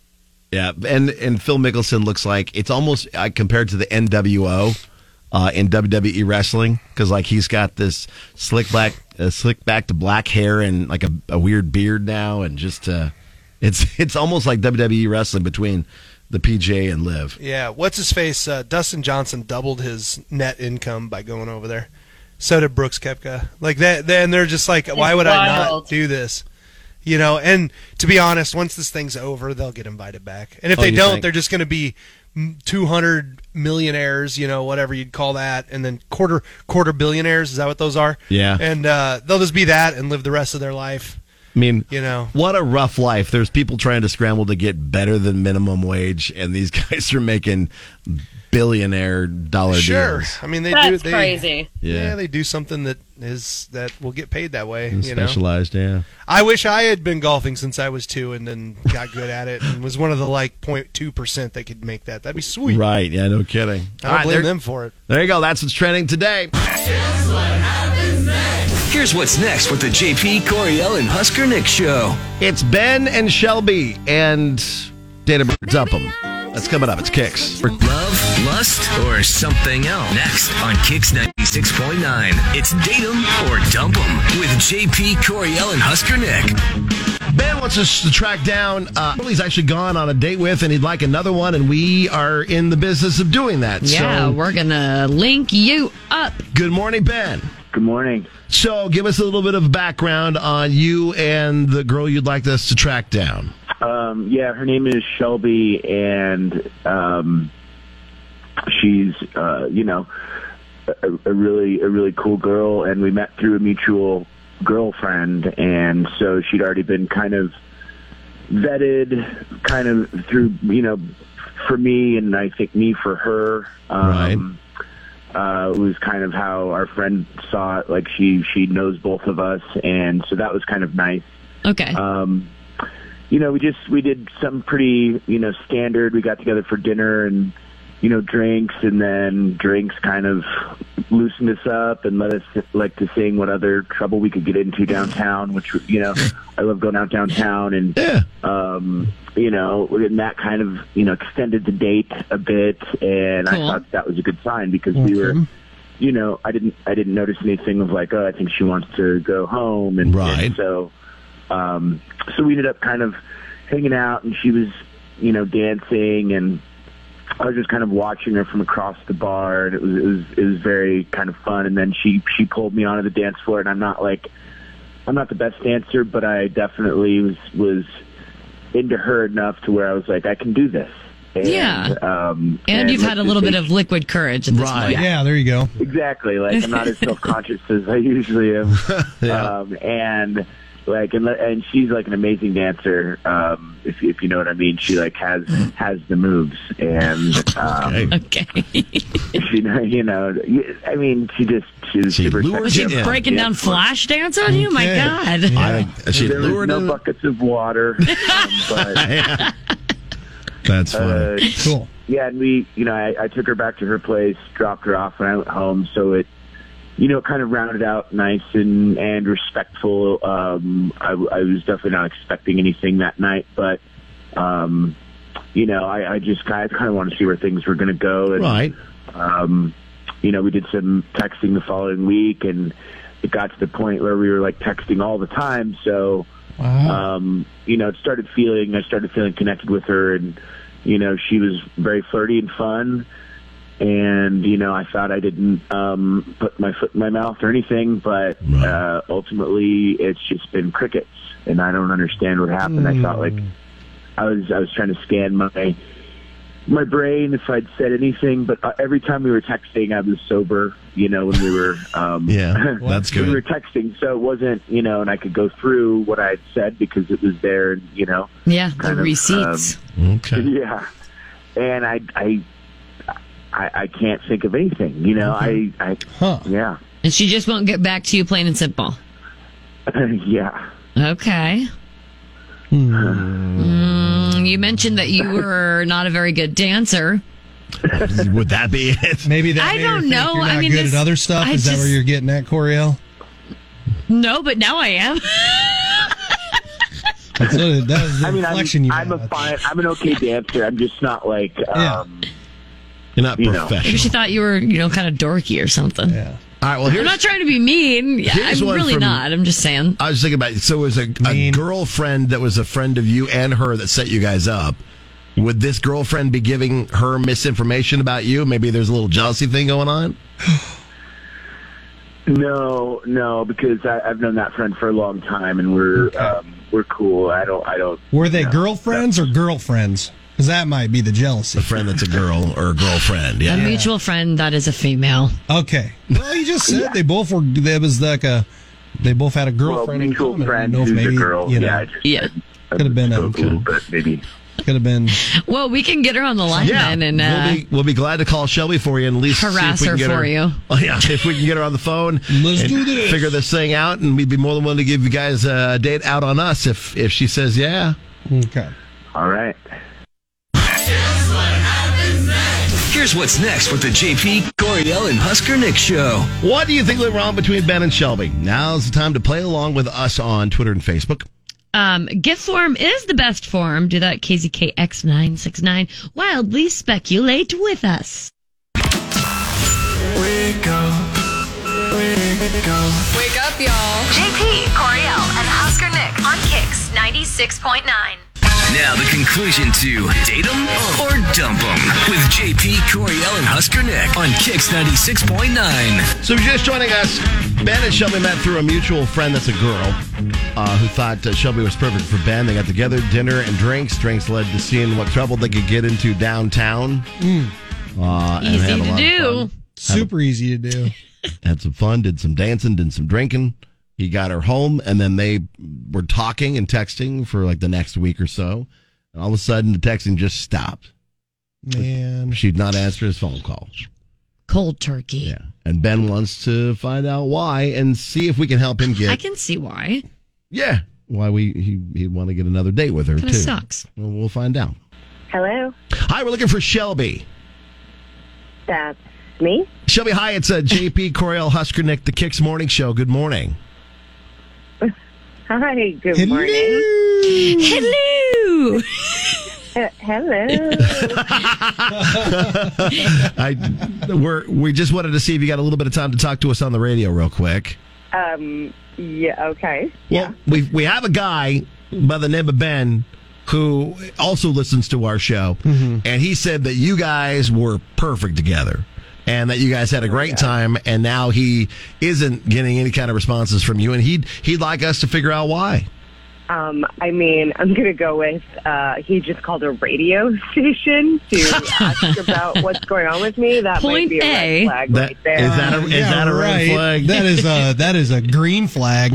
Speaker 10: Yeah, and and Phil Mickelson looks like it's almost uh, compared to the NWO uh, in WWE wrestling because like he's got this slick black, uh, slick back to black hair and like a, a weird beard now, and just uh, it's it's almost like WWE wrestling between the PJ and Live.
Speaker 11: Yeah, what's his face? Uh, Dustin Johnson doubled his net income by going over there. So did Brooks Kepka. Like that, then they're just like, why would I not
Speaker 12: wild.
Speaker 11: do this? You know, and to be honest, once this thing's over, they'll get invited back. And if
Speaker 10: Oh,
Speaker 11: they
Speaker 10: you
Speaker 11: don't,
Speaker 10: think?
Speaker 11: they're just going to be mm, 200 millionaires, you know, whatever you'd call that, and then quarter quarter billionaires, is that what those are?
Speaker 10: Yeah.
Speaker 11: And uh, they'll just be that and live the rest of their life.
Speaker 10: I mean,
Speaker 11: You know.
Speaker 10: what a rough life. There's people trying to scramble to get better than minimum wage, and these guys are making billionaire dollar
Speaker 11: Sure.
Speaker 10: deals.
Speaker 11: I mean, they do
Speaker 12: That's
Speaker 11: they,
Speaker 12: crazy.
Speaker 10: Yeah.
Speaker 11: they do something that is that will get paid that way,
Speaker 10: And
Speaker 11: you know.
Speaker 10: specialized, yeah.
Speaker 11: I wish I had been golfing since I was two and then got good at it and was one of the like 02 percent that could make that. That'd be sweet.
Speaker 10: Right. Yeah, no kidding.
Speaker 11: I don't blame them for it.
Speaker 10: There you go. That's what's trending today.
Speaker 1: Here's what's next with the JP Coriel and Husker Nick show.
Speaker 10: It's Ben and Shelby and Dana Dupham. That's coming up. It's Kicks.
Speaker 1: Love, lust, or something else. Next on Kicks 96.9, it's Date 'em or Dump 'em with JP Coriel and Husker Nick.
Speaker 10: Ben wants us to track down uh, people he's actually gone on a date with, and he'd like another one, and we are in the business of doing that.
Speaker 21: Yeah,
Speaker 10: So-
Speaker 21: we're gonna link you up.
Speaker 10: Good morning, Ben. Good morning. So, give us a little bit of background on you and the girl you'd like us to track down.
Speaker 22: Um, yeah, her name is Shelby, and um, she's uh, you know a, a really a really cool girl, and we met through a mutual girlfriend, and so she'd already been kind of vetted, kind of through you know for me, and I think me for her. Um, Uh, was kind of how our friend saw it. Like she, she knows both of us, and so that was kind of nice.
Speaker 21: Okay.
Speaker 11: Uh,
Speaker 22: Um, you know, we just we did some pretty you know standard. We got together for dinner and you know drinks, and then drinks kind of loosened us up and let us like to seeing what other trouble we could get into downtown. Which you know, I love going out downtown and um, you know, and that kind of you know extended the date a bit, and I
Speaker 23: Cool.
Speaker 22: thought that was a good sign because we were you know, I didn't I didn't notice anything of like, oh, I think she wants to go home and, right. so um so we ended up kind of hanging out and she was, you know, dancing and I was just kind of watching her from across the bar, and it was it was, it was very kind of fun. And then she she pulled me onto the dance floor, and I'm not like I'm not the best dancer, but I definitely was was into her enough to where I was like, I can do this. And,
Speaker 3: Yeah.
Speaker 22: Um,
Speaker 3: And, you've
Speaker 22: let's
Speaker 3: had a
Speaker 22: just
Speaker 3: little
Speaker 22: say
Speaker 3: bit of liquid courage at this point.
Speaker 11: there you go.
Speaker 22: Exactly. Like I'm not as self conscious as I usually am. Um and like and le- and she's like an amazing dancer, um, if if you know what I mean. She like has has the moves and
Speaker 11: Uh,
Speaker 22: um
Speaker 3: Okay.
Speaker 22: She know you know I mean she just she's super
Speaker 3: Was she
Speaker 22: sexy.
Speaker 3: breaking
Speaker 22: Yeah.
Speaker 3: down flash dance on you? My God.
Speaker 22: I,
Speaker 10: she
Speaker 22: there was
Speaker 10: lured
Speaker 22: no
Speaker 10: him?
Speaker 22: buckets of water. um, but,
Speaker 10: That's funny.
Speaker 22: Uh,
Speaker 11: cool.
Speaker 22: Yeah, and we, you know, I, I took her back to her place, dropped her off, and I went home. So it, you know, kind of rounded out nice and and respectful. Um, I, w- I was definitely not expecting anything that night, but, um, you know, I, I just kind of, kind of wanted to see where things were going to go. And,
Speaker 10: right.
Speaker 22: Um, you know, we did some texting the following week, and it got to the point where we were like texting all the time. So, um, you know, it started feeling I started feeling connected with her, and you know, she was very flirty and fun. And you know, I thought I didn't um, put my foot in my mouth or anything, but uh, ultimately, it's just been crickets, and I don't understand what happened. I thought like I was I was trying to scan my my brain if I'd said anything, but uh, every time we were texting, I was sober. You know, when we were um,
Speaker 10: Yeah, that's
Speaker 22: when We
Speaker 10: good.
Speaker 22: were texting, so it wasn't you know, and I could go through what I had said because it was there. You know,
Speaker 3: Yeah, the
Speaker 22: kind of,
Speaker 3: receipts.
Speaker 22: um,
Speaker 10: okay.
Speaker 22: Yeah, and I I I, I can't think of anything. You know, I I yeah
Speaker 3: And she just won't get back to you plain and simple.
Speaker 22: yeah.
Speaker 3: Okay. Mm, you mentioned that you were not a very good dancer.
Speaker 10: Would that be it?
Speaker 11: Maybe that.
Speaker 3: I
Speaker 11: made her
Speaker 3: don't
Speaker 11: think
Speaker 3: know.
Speaker 11: You're
Speaker 3: I
Speaker 11: not
Speaker 3: mean,
Speaker 11: good
Speaker 3: this-
Speaker 11: at other stuff.
Speaker 3: I
Speaker 11: Is that where
Speaker 3: just-
Speaker 11: you're getting at, Coriel?
Speaker 3: No, but now I am.
Speaker 11: That's what it does.
Speaker 22: I mean, I'm, I'm a fine, I'm an okay dancer. I'm just not like um,
Speaker 10: You're not
Speaker 22: you know.
Speaker 3: Maybe she thought you were, you know, kind of dorky or something. Yeah.
Speaker 10: All right. Well,
Speaker 3: I'm
Speaker 10: here's
Speaker 3: not trying to be mean. Yeah,
Speaker 10: Here's
Speaker 3: I'm
Speaker 10: one
Speaker 3: really
Speaker 10: from-
Speaker 3: not. I'm just saying.
Speaker 10: I was thinking about it. So it was a, a girlfriend that was a friend of you and her that set you guys up. Would this girlfriend be giving her misinformation about you? Maybe there's a little jealousy thing going on.
Speaker 22: No, no, because I, I've known that friend for a long time, and we're um, we're cool. I don't, I don't.
Speaker 11: Were they girlfriends or girlfriends? Because that might be the jealousy. A
Speaker 10: friend that's a girl or a girlfriend.
Speaker 3: A mutual friend that is a female.
Speaker 11: Okay. Well, you just said they both were. There was like a. They both had a girlfriend. in
Speaker 22: mutual
Speaker 11: common. I
Speaker 22: friend
Speaker 11: don't know if
Speaker 22: who's
Speaker 11: maybe,
Speaker 22: a girl.
Speaker 11: You know,
Speaker 22: yeah, I just, yeah.
Speaker 11: Could have been a.
Speaker 22: a little bit, maybe.
Speaker 11: Could have been.
Speaker 3: Well, we can get her on the line then and uh,
Speaker 10: we'll, be, we'll be glad to call Shelby for you and at least see if we
Speaker 3: Harass
Speaker 10: can
Speaker 3: her
Speaker 10: get
Speaker 3: for you.
Speaker 10: Oh, yeah, if we can get her on the phone,
Speaker 11: Let's
Speaker 10: and
Speaker 11: do this.
Speaker 10: Figure this thing out, and we'd be more than willing to give you guys a date out on us if if she says yeah.
Speaker 11: Okay.
Speaker 22: All right.
Speaker 1: Here's what's next with the JP, Coriel, and Husker Nick show.
Speaker 10: What do you think went wrong between Ben and Shelby? Now's the time to play along with us on Twitter and Facebook.
Speaker 3: Um, gift form is the best form. Do that, KZKX969. Wildly speculate with us.
Speaker 2: Wake up, y'all. JP, Coriel, and Husker Nick on Kicks 96.9.
Speaker 1: Now the conclusion to date 'em or dump 'em with JP, Coriel, and Husker Nick on Kicks 96.9.
Speaker 10: So if you're just joining us, Ben and Shelby met through a mutual friend that's a girl uh, who thought uh, Shelby was perfect for Ben. They got together, dinner and drinks. Drinks led to seeing what trouble they could get into downtown. Uh, and had a lot of fun.
Speaker 11: Super easy to do.
Speaker 10: Had some fun, did some dancing, did some drinking. He got her home, and then they were talking and texting for like the next week or so. And all of a sudden, the texting just stopped.
Speaker 11: Man.
Speaker 10: She'd not answer his phone call.
Speaker 3: Cold turkey.
Speaker 10: Yeah. And Ben wants to find out why and see if we can help him get
Speaker 3: I can see why.
Speaker 10: Yeah. Why we he he'd want to get another date with her
Speaker 3: Kinda
Speaker 10: too.
Speaker 3: sucks.
Speaker 10: Well, we'll find out.
Speaker 4: Hello,
Speaker 10: Hi, we're looking for Shelby.
Speaker 4: that's me.
Speaker 10: Shelby, hi. It's uh, JP Coriel Husker Nick, the Kicks Morning Show. Good morning.
Speaker 4: Hi, good morning.
Speaker 3: Hello.
Speaker 4: Uh, hello.
Speaker 10: I we're we just wanted to see if you got a little bit of time to talk to us on the radio real quick.
Speaker 4: um, yeah, okay.
Speaker 10: Well, we we have a guy by the name of Ben
Speaker 4: who also listens to our show,
Speaker 11: Mm-hmm.
Speaker 4: and he said that you guys were perfect together. And that you guys
Speaker 11: Oh,
Speaker 4: had a great time, and now he isn't getting any kind of responses from you, and he'd he'd like us to figure out why.
Speaker 11: Um, I mean, I'm going to go with uh, he just called a radio station to ask about what's going on with me. That might
Speaker 12: Point
Speaker 11: be a red
Speaker 12: A.
Speaker 11: flag
Speaker 4: That-
Speaker 11: right there.
Speaker 4: is that a- is
Speaker 10: Yeah,
Speaker 4: that a red
Speaker 10: right.
Speaker 4: flag?
Speaker 10: That is a that is a green flag.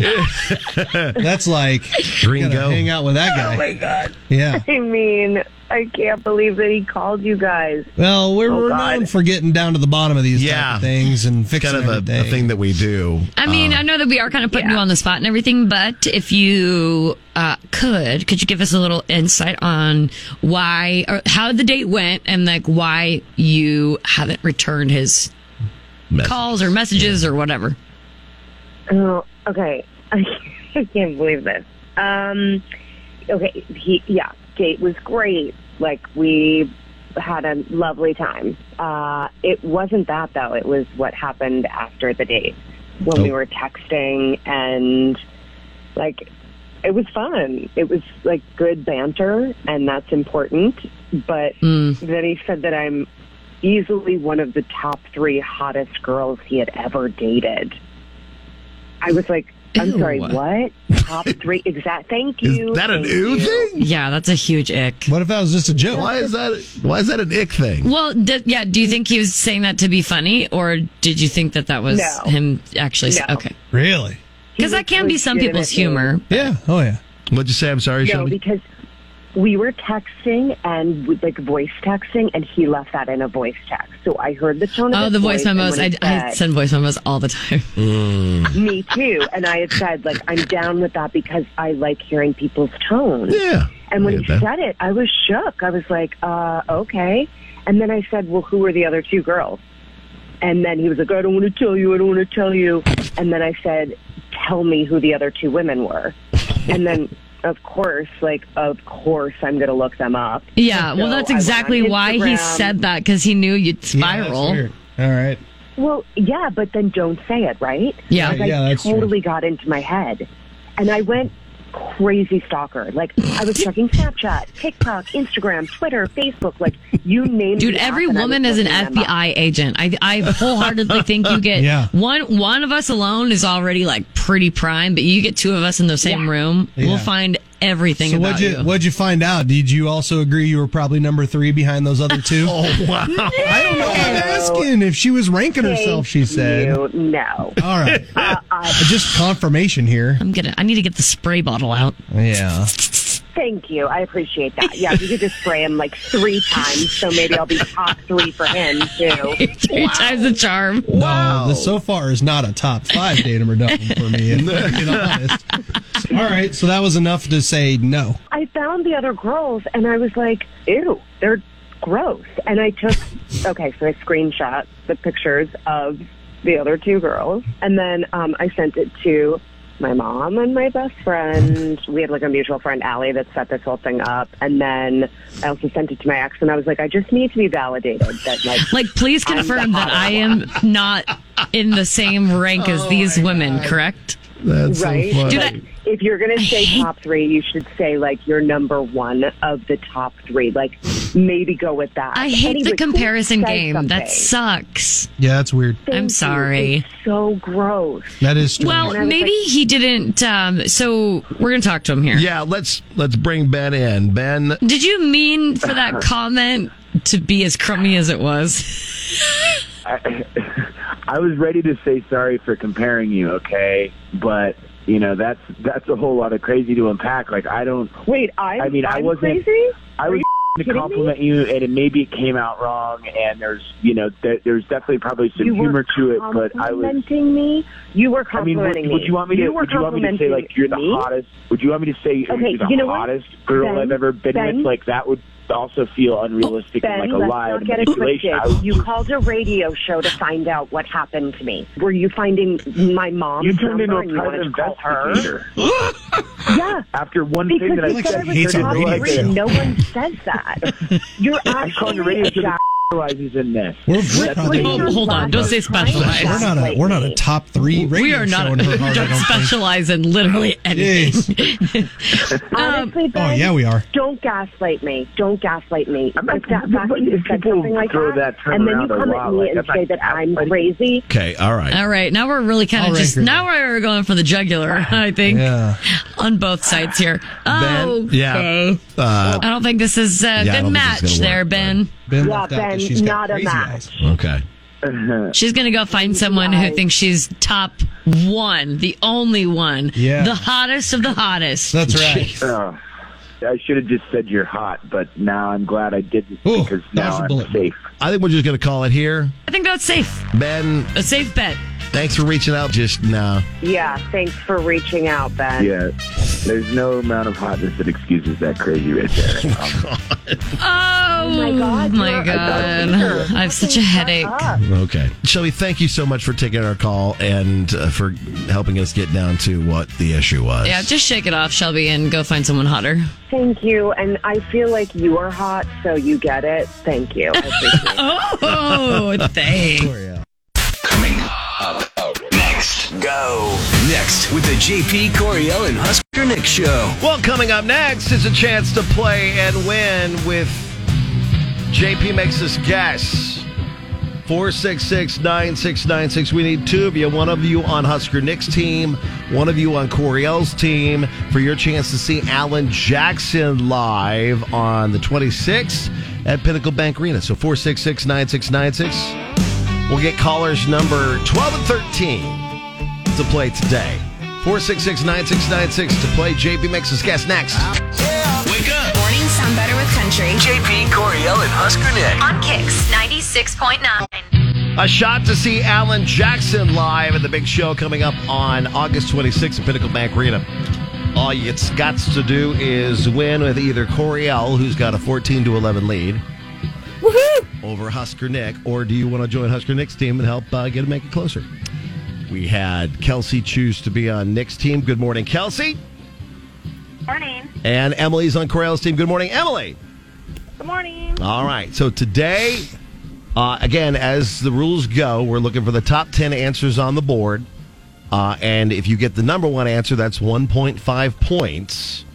Speaker 10: That's like
Speaker 4: green
Speaker 10: go. Hang out with that guy.
Speaker 11: Oh my god!
Speaker 10: Yeah.
Speaker 11: I mean, I can't believe that he called you guys.
Speaker 10: Well, we're,
Speaker 11: Oh,
Speaker 10: we're
Speaker 11: God.
Speaker 10: known for getting down to the bottom of these type of things and fixing
Speaker 4: kind of a-
Speaker 10: everything.
Speaker 4: a thing that we do.
Speaker 12: I
Speaker 11: Um,
Speaker 12: mean, I know that we are kind of putting you on the spot and everything, but if you uh, could, could you give us a little insight on why or how the date went and like why you haven't returned his calls or messages or whatever?
Speaker 11: Oh, okay. I can't believe this. Um, okay, he, yeah, date was great. Like we had a lovely time. Uh, it wasn't that though. It was what happened after the date when we were texting and like it was fun. It was like good banter, and that's important. But then he said that I'm easily one of the top three hottest girls he had ever dated. I was like, I'm sorry, what? Top three? Exact. Thank you. Thank you.
Speaker 12: Yeah, that's a huge ick.
Speaker 10: What if that was just a joke?
Speaker 4: Why is that? Why is that an ick thing?
Speaker 12: Well, d- yeah. Do you think he was saying that to be funny, or did you think that that was
Speaker 11: No.
Speaker 12: him actually? s-
Speaker 11: No.
Speaker 12: Okay,
Speaker 10: Really?
Speaker 12: because that can be some people's humor.
Speaker 10: Yeah. Oh yeah.
Speaker 4: What'd you say? I'm sorry,
Speaker 11: No,
Speaker 4: Shelby.
Speaker 11: because we were texting and we- like voice texting, and he left that in a voice text. So I heard the tone. of
Speaker 12: Oh,
Speaker 11: his
Speaker 12: the voice
Speaker 11: and
Speaker 12: memos.
Speaker 11: when
Speaker 12: I,
Speaker 11: he
Speaker 12: I
Speaker 11: said-
Speaker 12: send voice memos all the time.
Speaker 11: Me too. And I had said, like, I'm down with that because I like hearing people's tone.
Speaker 4: Yeah.
Speaker 11: And when
Speaker 4: I
Speaker 11: he
Speaker 4: get that.
Speaker 11: said it, I was shook. I was like, uh, okay. And then I said, well, who were the other two girls? And then he was like, I don't want to tell you. I don't want to tell you. And then I said, tell me who the other two women were. and then, of course, like, of course, I'm going to look them up.
Speaker 12: Yeah,
Speaker 11: So
Speaker 12: well, that's
Speaker 11: I went on
Speaker 12: exactly why he
Speaker 11: Instagram.
Speaker 12: said that because he knew you'd spiral.
Speaker 10: All right.
Speaker 11: Well, yeah, but then don't say it, right?
Speaker 12: Yeah.
Speaker 11: Like,
Speaker 12: Yeah,
Speaker 11: I
Speaker 12: that's true.
Speaker 11: totally got into my head, and I went crazy stalker. Like I was checking Snapchat, TikTok, Instagram, Twitter, Facebook. Like you name.
Speaker 12: Dude,
Speaker 11: the app,
Speaker 12: every
Speaker 11: and I was
Speaker 12: woman is an
Speaker 11: looking them up.
Speaker 12: FBI agent. I, I wholeheartedly think you get
Speaker 11: Yeah.
Speaker 12: one one of us alone is already like pretty prime, but you get two of us in the same room,
Speaker 10: Yeah.
Speaker 12: we'll find everything
Speaker 10: so
Speaker 12: about
Speaker 10: what'd you,
Speaker 12: you.
Speaker 10: what'd you find out? Did you also agree you were probably number three behind those other two?
Speaker 4: oh wow!
Speaker 10: I don't know. I'm asking if she was ranking
Speaker 11: Thank Uh,
Speaker 10: herself. She said
Speaker 11: no.
Speaker 10: All right. just confirmation here.
Speaker 12: I'm gonna. I need to get the spray bottle out.
Speaker 10: Yeah.
Speaker 11: Thank you. I appreciate that. Yeah, you could just spray him like three times, so maybe I'll be top three for him too.
Speaker 12: Three times the charm.
Speaker 10: No, this so far is not a top five datum or dumb for me. If I'm being honest. All right, so that was enough to say no.
Speaker 11: I found the other girls and I was like, ew, they're gross. And I took, okay, so I screenshot the pictures of the other two girls. And then um, I sent it to my mom and my best friend. We had like a mutual friend, Allie, that set this whole thing up. And then I also sent it to my ex and I was like, I just need to be validated that like,
Speaker 12: Like, please
Speaker 11: I'm the
Speaker 12: confirm that I am not in the
Speaker 10: Oh,
Speaker 12: same rank as these women. Correct?
Speaker 11: right?
Speaker 12: Dude,
Speaker 11: Like,
Speaker 12: I-
Speaker 11: if you're going to say top three, you should say like you're number one of the top three. Like maybe go with that.
Speaker 12: I hate
Speaker 11: Anyway,
Speaker 12: the comparison
Speaker 11: says
Speaker 12: game.
Speaker 11: something?
Speaker 12: That sucks.
Speaker 10: Yeah, that's weird.
Speaker 12: I'm sorry.
Speaker 11: so gross.
Speaker 10: That is strange.
Speaker 12: Well, maybe he didn't. Um, so we're gonna talk to him here.
Speaker 4: Yeah, let's let's bring Ben in. Ben,
Speaker 12: Did you mean for
Speaker 10: Uh-huh.
Speaker 12: that comment to be as crummy as it was?
Speaker 22: I, I was ready to say sorry for comparing you, okay? But you know that's that's a whole lot of crazy to unpack. Like I don't.
Speaker 11: Wait, I.
Speaker 22: I mean, I
Speaker 11: I'm
Speaker 22: wasn't.
Speaker 11: crazy?
Speaker 22: I was to
Speaker 11: kidding me?
Speaker 22: compliment you, and it, maybe it came out wrong. And there's you know there, there's definitely probably some
Speaker 11: You were
Speaker 22: humor to it, but I was.
Speaker 11: complimenting me. You were
Speaker 22: I mean, would,
Speaker 11: complimenting me.
Speaker 22: would you want me to?
Speaker 11: were
Speaker 22: Would you want me to say
Speaker 11: complimenting
Speaker 22: like you're the
Speaker 11: me?
Speaker 22: hottest? Would you want me to say
Speaker 11: Okay,
Speaker 22: you're the
Speaker 11: you know what?
Speaker 22: hottest girl
Speaker 11: Ben,
Speaker 22: I've ever been
Speaker 11: Ben.
Speaker 22: with? Like that would also feel unrealistic
Speaker 11: Ben,
Speaker 22: and like a
Speaker 11: let's
Speaker 22: lie
Speaker 11: not
Speaker 22: and
Speaker 11: get it
Speaker 22: manipulation.
Speaker 11: twisted.
Speaker 22: I was
Speaker 11: You called a radio show to find out what happened to me. Were you finding my mom's
Speaker 22: You turned into
Speaker 11: number
Speaker 22: a
Speaker 11: and you
Speaker 22: private
Speaker 11: wanted to call her?
Speaker 22: investigator.
Speaker 11: Yeah.
Speaker 22: After one
Speaker 11: Because
Speaker 22: thing that
Speaker 11: you
Speaker 22: I
Speaker 11: said
Speaker 22: said,
Speaker 11: it was
Speaker 22: you
Speaker 11: top
Speaker 22: turned into a
Speaker 11: three.
Speaker 22: liar.
Speaker 11: No one says that. You're
Speaker 22: I'm calling the
Speaker 11: actually
Speaker 22: radio
Speaker 11: a
Speaker 22: show to
Speaker 11: jack
Speaker 22: realize he's in this.
Speaker 7: We're, we're
Speaker 22: That's
Speaker 7: probably,
Speaker 22: what
Speaker 3: Oh,
Speaker 22: he-
Speaker 3: hold on. Don't say specialize.
Speaker 7: We're not a we're not a top three. Radio
Speaker 3: We are not.
Speaker 7: Show in her heart, I
Speaker 3: don't
Speaker 7: don't think.
Speaker 3: specialize in literally anything.
Speaker 12: Um,
Speaker 4: Honestly,
Speaker 7: Oh
Speaker 4: Ben,
Speaker 7: yeah, we are.
Speaker 4: Don't gaslight me. Don't gaslight me. I'm not gaslighting you. said
Speaker 22: people
Speaker 4: something like
Speaker 22: throw
Speaker 4: that,
Speaker 22: that term
Speaker 4: and then you
Speaker 22: around a
Speaker 4: come at
Speaker 22: lot,
Speaker 4: me
Speaker 22: like,
Speaker 4: and
Speaker 22: I'm
Speaker 4: say
Speaker 22: not
Speaker 4: that I'm crazy.
Speaker 10: Okay, all right.
Speaker 3: All right, now we're really kind
Speaker 10: I'll
Speaker 3: of just
Speaker 10: rank her.
Speaker 3: now we're going for the jugular. I think on both sides here. Oh,
Speaker 10: yeah.
Speaker 3: okay.
Speaker 10: Uh,
Speaker 3: I don't think this is
Speaker 10: Yeah, I
Speaker 3: a
Speaker 10: don't
Speaker 3: good
Speaker 10: think this
Speaker 3: match
Speaker 10: is gonna
Speaker 3: there,
Speaker 10: work,
Speaker 3: Ben.
Speaker 7: Ben
Speaker 4: Yeah, Ben, not a match.
Speaker 10: Okay.
Speaker 3: She's gonna go find someone who thinks she's top one, the only one,
Speaker 22: Yeah.
Speaker 3: the hottest of the hottest.
Speaker 22: Oh, I should have just said you're hot, but now I'm glad I didn't because now I'm safe.
Speaker 10: I think we're just going to call it here.
Speaker 3: I think that's safe.
Speaker 10: Ben,
Speaker 3: a safe bet.
Speaker 10: Thanks for reaching out. Just now.
Speaker 4: Yeah, thanks for reaching out, Ben.
Speaker 22: Yeah, there's no amount of hotness that excuses that crazy right there.
Speaker 3: Oh, my god! My god! I have such a headache.
Speaker 10: Okay. Shelby, thank you so much for taking our call and uh, for helping us get down to what the issue was.
Speaker 3: Yeah, just shake it off, Shelby, and go find someone hotter.
Speaker 4: Thank you, and I feel like you are hot, so you get it. Thank you. I appreciate it.
Speaker 3: oh, thanks.
Speaker 1: Coming up next. Go. Next with the JP Coriel and Husker Nick show.
Speaker 10: Well, coming up next is a chance to play and win with JP Makes Us Guess. 466 9696. We need two of you. One of you on Husker Nick's team, one of you on Coriel's team for your chance to see Alan Jackson live on the 26th at Pinnacle Bank Arena. So 466 9696. We'll get callers number 12 and 13 to play today. 466 9696 to play JP Mix's guest next.
Speaker 1: Wake up.
Speaker 18: Mornings sound better with country.
Speaker 1: JP Coriel and Husker Nick.
Speaker 2: On Kicks 96.9.
Speaker 10: A shot to see Alan Jackson live at the big show coming up on August 26th at Pinnacle Bank Arena. All it's got to do is win with either Coriel, who's got a 14 to 11 lead, over Husker Nick, or do you want to join Husker Nick's team and help uh, get him make it closer? We had Kelsey choose to be on Nick's team. Good morning, Kelsey.
Speaker 6: Morning.
Speaker 10: And Emily's on Coriel's team. Good morning, Emily.
Speaker 6: Good morning.
Speaker 10: All right. So today, uh, again, as the rules go, we're looking for the top 10 answers on the board. Uh, and if you get the number one answer, that's 1.5 points.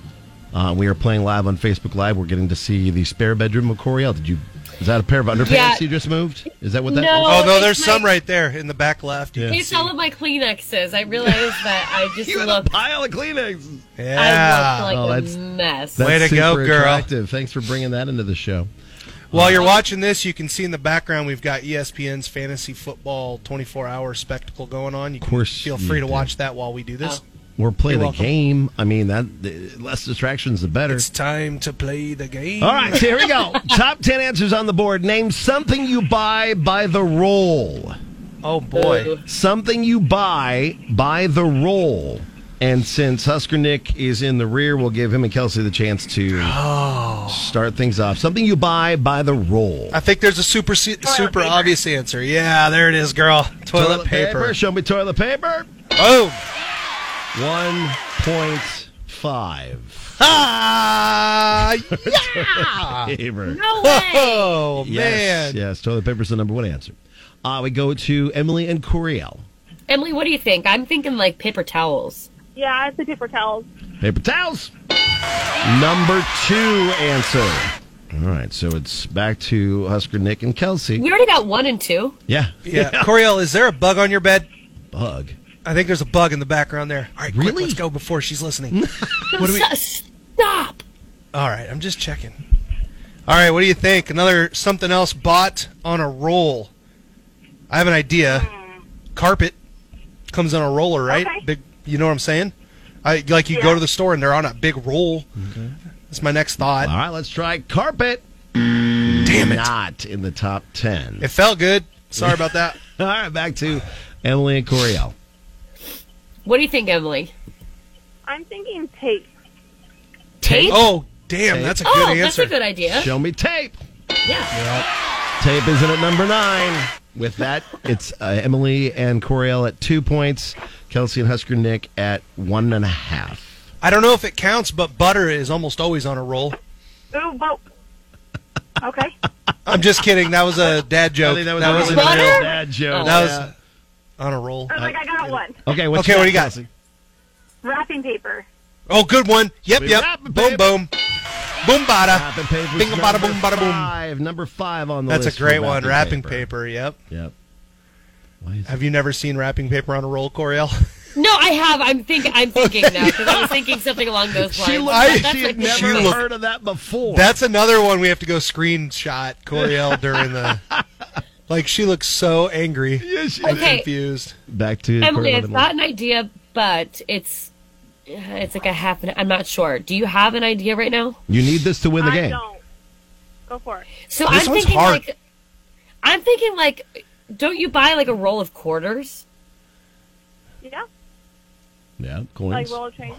Speaker 10: Uh, we are playing live on Facebook Live. We're getting to see the spare bedroom of Coriel. Did you? Is that a pair of underpants
Speaker 12: Yeah.
Speaker 10: you just moved? Is that what that?
Speaker 12: No,
Speaker 11: Oh no,
Speaker 12: it's
Speaker 11: there's
Speaker 12: my-
Speaker 11: some right there in the back left. You can
Speaker 12: It's all of my Kleenexes. I realize that I just look
Speaker 10: pile of Kleenexes.
Speaker 11: Yeah.
Speaker 12: I look like
Speaker 10: Oh,
Speaker 12: a
Speaker 10: that's-
Speaker 12: mess.
Speaker 10: That's
Speaker 11: Way to go,
Speaker 10: super
Speaker 11: girl.
Speaker 10: attractive. Thanks for bringing that into the show.
Speaker 11: While you're watching this, you can see in the background we've got E ESPN's fantasy football 24-hour spectacle going on. You
Speaker 10: Of course
Speaker 11: can feel
Speaker 10: you
Speaker 11: free to
Speaker 10: do.
Speaker 11: watch that while we do this.
Speaker 12: Oh.
Speaker 10: We're playing
Speaker 11: You're
Speaker 10: the
Speaker 11: welcome.
Speaker 10: game. I mean, that the less distractions, the better.
Speaker 11: It's time to play the game.
Speaker 10: All right, so here we go. Top 10 answers on the board. Name something you buy by the roll.
Speaker 11: Oh, boy.
Speaker 10: Something you buy by the roll. And since Husker Nick is in the rear, we'll give him and Kelsey the chance to start things off. Something you buy by the roll.
Speaker 11: I think there's Oh. a super se- super obvious answer. Yeah, there it is, girl. Toilet, paper.
Speaker 10: Show me toilet paper.
Speaker 11: Oh,
Speaker 10: one point five.
Speaker 11: Ah, yeah.
Speaker 10: Paper.
Speaker 11: No Oh
Speaker 10: Yes,
Speaker 11: man.
Speaker 10: yes. Toilet paper's the number one answer. Uh, we go to Emily and Coriel.
Speaker 12: Emily, what do you think? I'm thinking like paper towels.
Speaker 6: Yeah, I say paper towels.
Speaker 10: Paper towels. Number two answer. All right, so it's back to Husker Nick and Kelsey.
Speaker 12: We already got one and two.
Speaker 10: Yeah.
Speaker 11: Yeah. Coriel, is there a bug on your bed?
Speaker 10: Bug.
Speaker 11: I think there's a bug in the background there. All right, really? quick, let's go before she's listening. what do we?
Speaker 12: Stop.
Speaker 11: All right, I'm just checking. All right, what do you think? Another something else bought on a roll. I have an idea. Carpet comes on a roller, right? Big. You know what I'm saying? I like you go to the store and they're on a big roll. That's my next thought. All
Speaker 10: right, let's try carpet.
Speaker 11: Damn it!
Speaker 10: Not in the top ten.
Speaker 11: It felt good. Sorry about that.
Speaker 10: All right, back to Emily and Coriel.
Speaker 12: What do you think, Emily?
Speaker 6: I'm thinking tape.
Speaker 12: Tape?
Speaker 11: Oh, damn, that's a good
Speaker 12: oh, that's
Speaker 10: answer.
Speaker 12: a good idea.
Speaker 10: Show me tape.
Speaker 12: Yeah.
Speaker 10: Tape isn't at number nine. With that, it's uh, Emily and Coriel at two points, Kelsey and Husker Nick at one and a half.
Speaker 11: I don't know if it counts, but butter is almost always on a roll.
Speaker 6: Ooh, but okay.
Speaker 11: I'm just kidding. That was a dad joke.
Speaker 10: think that was a really good Butter? dad joke.
Speaker 11: That
Speaker 10: Oh,
Speaker 11: was on a roll.
Speaker 6: I was like, I got one.
Speaker 10: Okay, what's
Speaker 11: okay,
Speaker 10: your
Speaker 11: what do you got?
Speaker 10: next,
Speaker 6: Wrapping paper.
Speaker 11: Oh, good one. Yep,
Speaker 10: We
Speaker 11: yep.
Speaker 10: wrap it,
Speaker 11: Boom,
Speaker 10: baby.
Speaker 11: boom. Boom, bada.
Speaker 10: Wrapping paper.
Speaker 11: Bing, bada, boom, bada, boom.
Speaker 10: Five, number five on the
Speaker 11: That's a
Speaker 10: list. for
Speaker 11: great one. Wrapping
Speaker 10: Wrapping
Speaker 11: paper. Yep.
Speaker 10: Yep.
Speaker 11: Have you never seen wrapping paper on a roll, Coriel?
Speaker 12: No, I have. I'm think. I'm thinking now because I was thinking something along those lines.
Speaker 10: She, looked,
Speaker 12: That-
Speaker 10: like
Speaker 12: that's
Speaker 10: she
Speaker 12: like
Speaker 10: had
Speaker 12: the
Speaker 10: never
Speaker 12: first.
Speaker 10: heard of that before.
Speaker 11: That's another one we have to go screenshot Coriel during the. like she looks so angry. Yeah,
Speaker 12: she does.
Speaker 11: and
Speaker 12: Okay.
Speaker 11: confused.
Speaker 10: Back to
Speaker 12: Emily, I've got an idea, but it's uh, it's like a half. An, I'm not sure. Do you have an idea right now?
Speaker 10: You need this to win the game.
Speaker 6: Go for it.
Speaker 12: So
Speaker 10: This
Speaker 12: I'm
Speaker 10: one's
Speaker 12: thinking
Speaker 10: hard.
Speaker 12: like, I'm thinking like, don't you buy like a roll of quarters?
Speaker 6: Yeah.
Speaker 10: Yeah,
Speaker 6: Like
Speaker 10: coins.
Speaker 6: roll of change.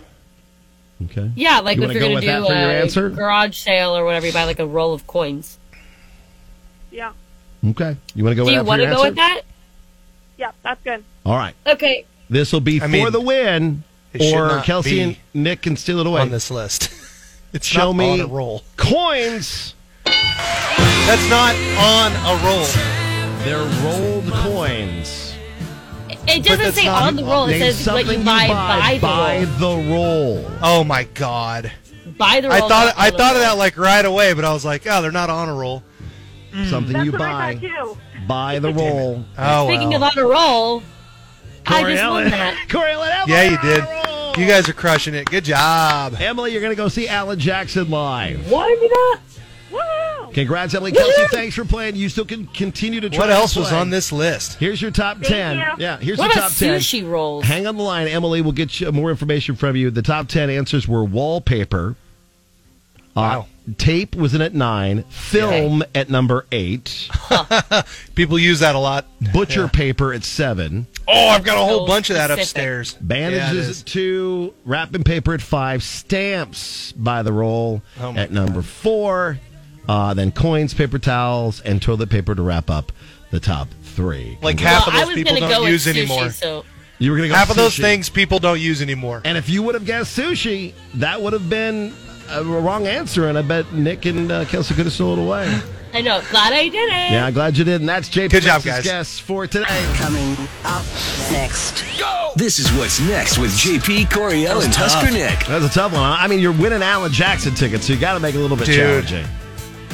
Speaker 10: Okay.
Speaker 12: Yeah, like
Speaker 10: You
Speaker 12: if you're
Speaker 10: wanna go
Speaker 12: gonna
Speaker 10: with
Speaker 12: do
Speaker 10: that for your
Speaker 12: a
Speaker 10: answer?
Speaker 12: garage sale or whatever, you buy like a roll of coins.
Speaker 6: Yeah.
Speaker 10: Okay. You want to go
Speaker 12: do
Speaker 10: with
Speaker 12: you
Speaker 10: that for
Speaker 12: wanna
Speaker 10: your
Speaker 12: go
Speaker 10: answer?
Speaker 12: with that?
Speaker 6: Yeah, that's good.
Speaker 10: All right.
Speaker 12: Okay.
Speaker 10: This will be for
Speaker 11: mean,
Speaker 10: the win,
Speaker 11: it should
Speaker 10: or
Speaker 11: not
Speaker 10: Kelsey
Speaker 11: be
Speaker 10: and Nick can steal it away on
Speaker 11: this list. It's
Speaker 10: Show
Speaker 11: not
Speaker 10: me
Speaker 11: on a roll.
Speaker 10: coins.
Speaker 11: That's not on a roll.
Speaker 10: They're rolled coins.
Speaker 12: It doesn't say on the roll. It says what you buy, buy, the roll.
Speaker 10: roll.
Speaker 11: Oh my god.
Speaker 12: Buy the roll.
Speaker 11: I thought
Speaker 12: not
Speaker 11: I
Speaker 12: on the
Speaker 11: thought of
Speaker 12: roll.
Speaker 11: that like right away, but I was like, oh, they're not on a roll.
Speaker 10: Something
Speaker 12: That's
Speaker 10: you
Speaker 12: what I
Speaker 10: buy
Speaker 12: thought too.
Speaker 10: by the roll.
Speaker 11: Oh,
Speaker 12: Speaking
Speaker 11: well.
Speaker 12: of on a roll, I
Speaker 10: Corey
Speaker 12: just won
Speaker 10: Allen.
Speaker 12: that.
Speaker 10: Corey Allen.
Speaker 11: yeah, you did. You guys are crushing it. Good job.
Speaker 10: Emily, you're going to go see Alan Jackson live.
Speaker 12: Why did not?
Speaker 10: Congrats, Emily. Kelsey,
Speaker 11: Woo!
Speaker 10: thanks for playing. You still can continue to try.
Speaker 11: What
Speaker 10: to
Speaker 11: else was
Speaker 10: play.
Speaker 11: on this list?
Speaker 10: Here's your top ten. Yeah, here's
Speaker 12: What
Speaker 10: the
Speaker 12: about
Speaker 10: top ten.
Speaker 12: sushi rolls?
Speaker 10: Hang on the line, Emily. We'll get you more information from you. The top ten answers were wallpaper. Uh, Tape was in at nine. Film at number eight.
Speaker 11: People use that a lot.
Speaker 10: Butcher
Speaker 11: Yeah.
Speaker 10: paper at seven.
Speaker 11: Oh, I've got a
Speaker 10: So
Speaker 11: whole bunch of that
Speaker 10: specific.
Speaker 11: upstairs. Yeah, it
Speaker 10: Bandages
Speaker 11: is.
Speaker 10: at two, wrapping paper at five, stamps by the roll
Speaker 11: Oh my
Speaker 10: at number four, uh, then coins, paper towels, and toilet paper to wrap up the top three.
Speaker 11: Like half of
Speaker 12: Well, I
Speaker 11: those
Speaker 12: was
Speaker 11: people
Speaker 12: gonna
Speaker 11: don't
Speaker 12: go with
Speaker 11: use
Speaker 12: sushi,
Speaker 11: anymore.
Speaker 12: so-
Speaker 10: You were gonna go
Speaker 11: half of those
Speaker 10: sushi.
Speaker 11: things people don't use anymore.
Speaker 10: And if you would have guessed sushi, that would have been a wrong answer, and I bet Nick and uh, Kelsey could have stolen it away.
Speaker 12: I know. Glad I did it.
Speaker 10: Yeah, glad you did. And that's JP.
Speaker 1: Good job,
Speaker 10: Max's
Speaker 1: guys.
Speaker 10: Guess for today.
Speaker 1: Coming up next. Go! This is what's next with JP Coriel and Husker Nick.
Speaker 10: That's a tough one. I mean, you're winning Alan Jackson tickets, so you got to make it a little bit
Speaker 11: Dude.
Speaker 10: challenging.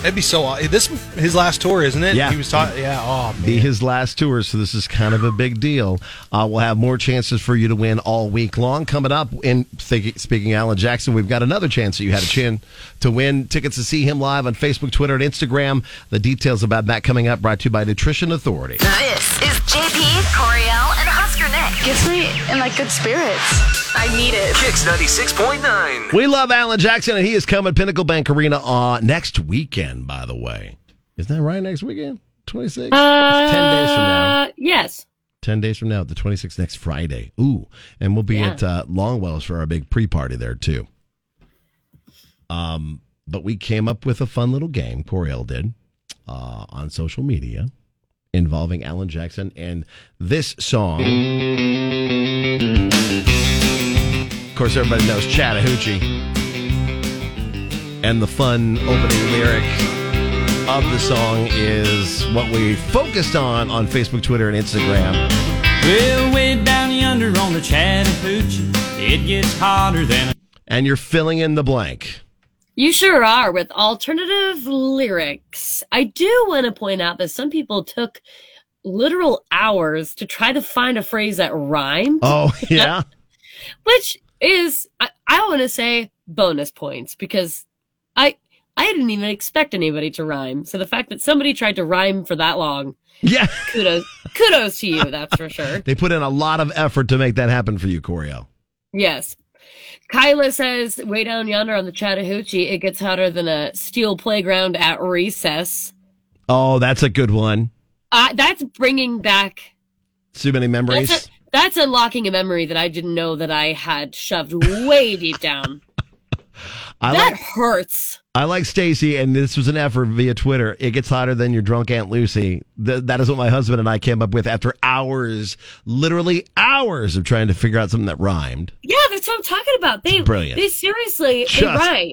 Speaker 11: That'd be so. aw- This his last tour, isn't it?
Speaker 10: Yeah.
Speaker 11: He was talking. Yeah. Oh
Speaker 10: Be his last tour, so this is kind of a big deal. Uh, we'll have more chances for you to win all week long. Coming up, in think, speaking of Alan Jackson, we've got another chance that you had a chin to win tickets to see him live on Facebook, Twitter, and Instagram. The details about that coming up, brought to you by Nutrition Authority.
Speaker 2: This is JP, Coriel, and Husker Nick. Gets me in like good spirits. I need it.
Speaker 1: Kicks 96.9.
Speaker 10: We love Alan Jackson, and he is coming Pinnacle Bank Arena uh, next weekend. By the way, isn't that right? Next weekend, twenty six. Ten days from now.
Speaker 12: Uh, yes.
Speaker 10: 10 days from now, the 26th, next Friday. Ooh. And we'll be
Speaker 12: Yeah.
Speaker 10: at uh, Longwell's for our big pre party there, too. Um, but we came up with a fun little game, Coriel did, uh, on social media involving Alan Jackson and this song. Of course, everybody knows Chattahoochee and the fun opening lyric of the song is what we focused on on Facebook, Twitter, and Instagram.
Speaker 8: Well, way down yonder on the Chattahoochee, it gets hotter than a.
Speaker 10: And you're filling in the blank.
Speaker 12: You sure are with alternative lyrics. I do want to point out that some people took literal hours to try to find a phrase that rhymed,
Speaker 10: Oh, yeah.
Speaker 12: which is, I, I want to say, bonus points because I. I didn't even expect anybody to rhyme. So the fact that somebody tried to rhyme for that long,
Speaker 10: yeah,
Speaker 12: kudos, kudos to you. That's for sure.
Speaker 10: They put in a lot of effort to make that happen for you, Coriel.
Speaker 12: Yes. Kyla says, way down yonder on the Chattahoochee, it gets hotter than a steel playground at recess.
Speaker 10: Oh, that's a good one.
Speaker 12: Uh, that's bringing back.
Speaker 10: Too many memories.
Speaker 12: That's, that's unlocking a memory that I didn't know that I had shoved way deep down.
Speaker 10: I
Speaker 12: that
Speaker 10: like
Speaker 12: hurts.
Speaker 10: I like Stacy, and this was an effort via Twitter. It gets hotter than your drunk Aunt Lucy. Th- that is what my husband and I came up with after hours, literally hours of trying to figure out something that rhymed.
Speaker 12: Yeah, that's what I'm talking about. They
Speaker 10: Brilliant.
Speaker 12: They seriously,
Speaker 10: Just
Speaker 12: they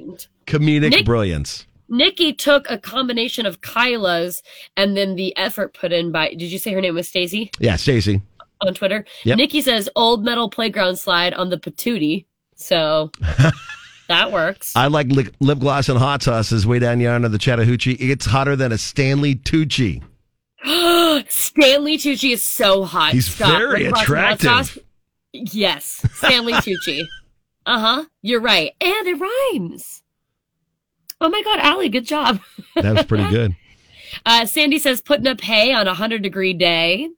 Speaker 12: rhymed.
Speaker 10: Comedic
Speaker 12: Nick-
Speaker 10: brilliance.
Speaker 12: Nikki took a combination of Kyla's and then the effort put in by, did you say her name was Stacy
Speaker 10: Yeah, Stacy.
Speaker 12: on Twitter?
Speaker 10: Yep.
Speaker 12: Nikki says old metal playground slide on the patootie. So that works.
Speaker 10: I like li- lip gloss and hot sauces way down yonder the Chattahoochee. It's hotter than a Stanley Tucci.
Speaker 12: Stanley Tucci is so hot.
Speaker 10: He's
Speaker 12: Lacrosse
Speaker 10: very
Speaker 12: and hot
Speaker 10: attractive.
Speaker 12: sauce? Yes, Stanley Tucci. Uh huh. You're right, and it rhymes. Oh my God, Allie, good job.
Speaker 10: That was pretty good.
Speaker 12: Uh, Sandy says putting up hay on a hundred degree day.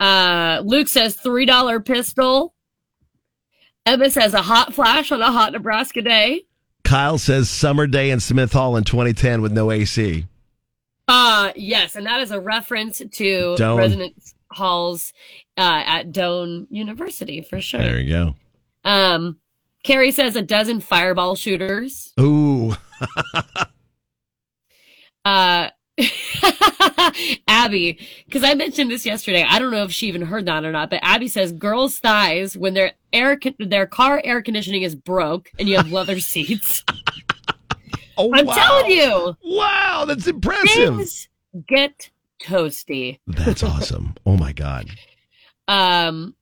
Speaker 12: Uh, Luke says three dollar pistol. Emma says a hot flash on a hot Nebraska day.
Speaker 10: Kyle says summer day in Smith Hall in 2010 with no AC.
Speaker 12: Uh yes, and that is a reference to
Speaker 10: Doan.
Speaker 12: Residence Halls uh, at Doan University for sure.
Speaker 10: There you go.
Speaker 12: Um, Carrie says a dozen fireball shooters.
Speaker 10: Ooh.
Speaker 12: Uh, Abby, because I mentioned this yesterday. I don't know if she even heard that or not, but Abby says girls' thighs when their air con- their car air conditioning is broke and you have leather seats.
Speaker 10: oh,
Speaker 12: I'm
Speaker 10: wow.
Speaker 12: telling you.
Speaker 10: Wow, that's impressive.
Speaker 12: Things get toasty.
Speaker 10: That's awesome. Oh my God.
Speaker 12: Um,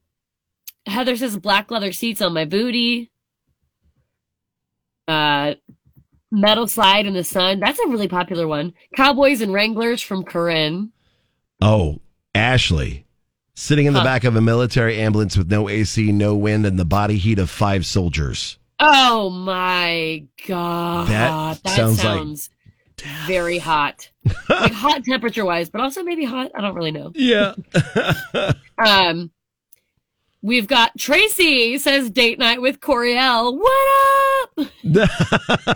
Speaker 12: Heather says black leather seats on my booty. Uh, metal slide in the sun. That's a really popular one. Cowboys and Wranglers from Corinne.
Speaker 10: Oh, Ashley. Sitting in the
Speaker 12: Huh.
Speaker 10: back of a military ambulance with no AC, no wind, and the body heat of five soldiers.
Speaker 12: Oh my god,
Speaker 10: That sounds like
Speaker 12: sounds very hot, like hot temperature wise, but also maybe hot. I don't really know.
Speaker 10: Yeah.
Speaker 12: Um, we've got Tracy says date night with Coriel. What up?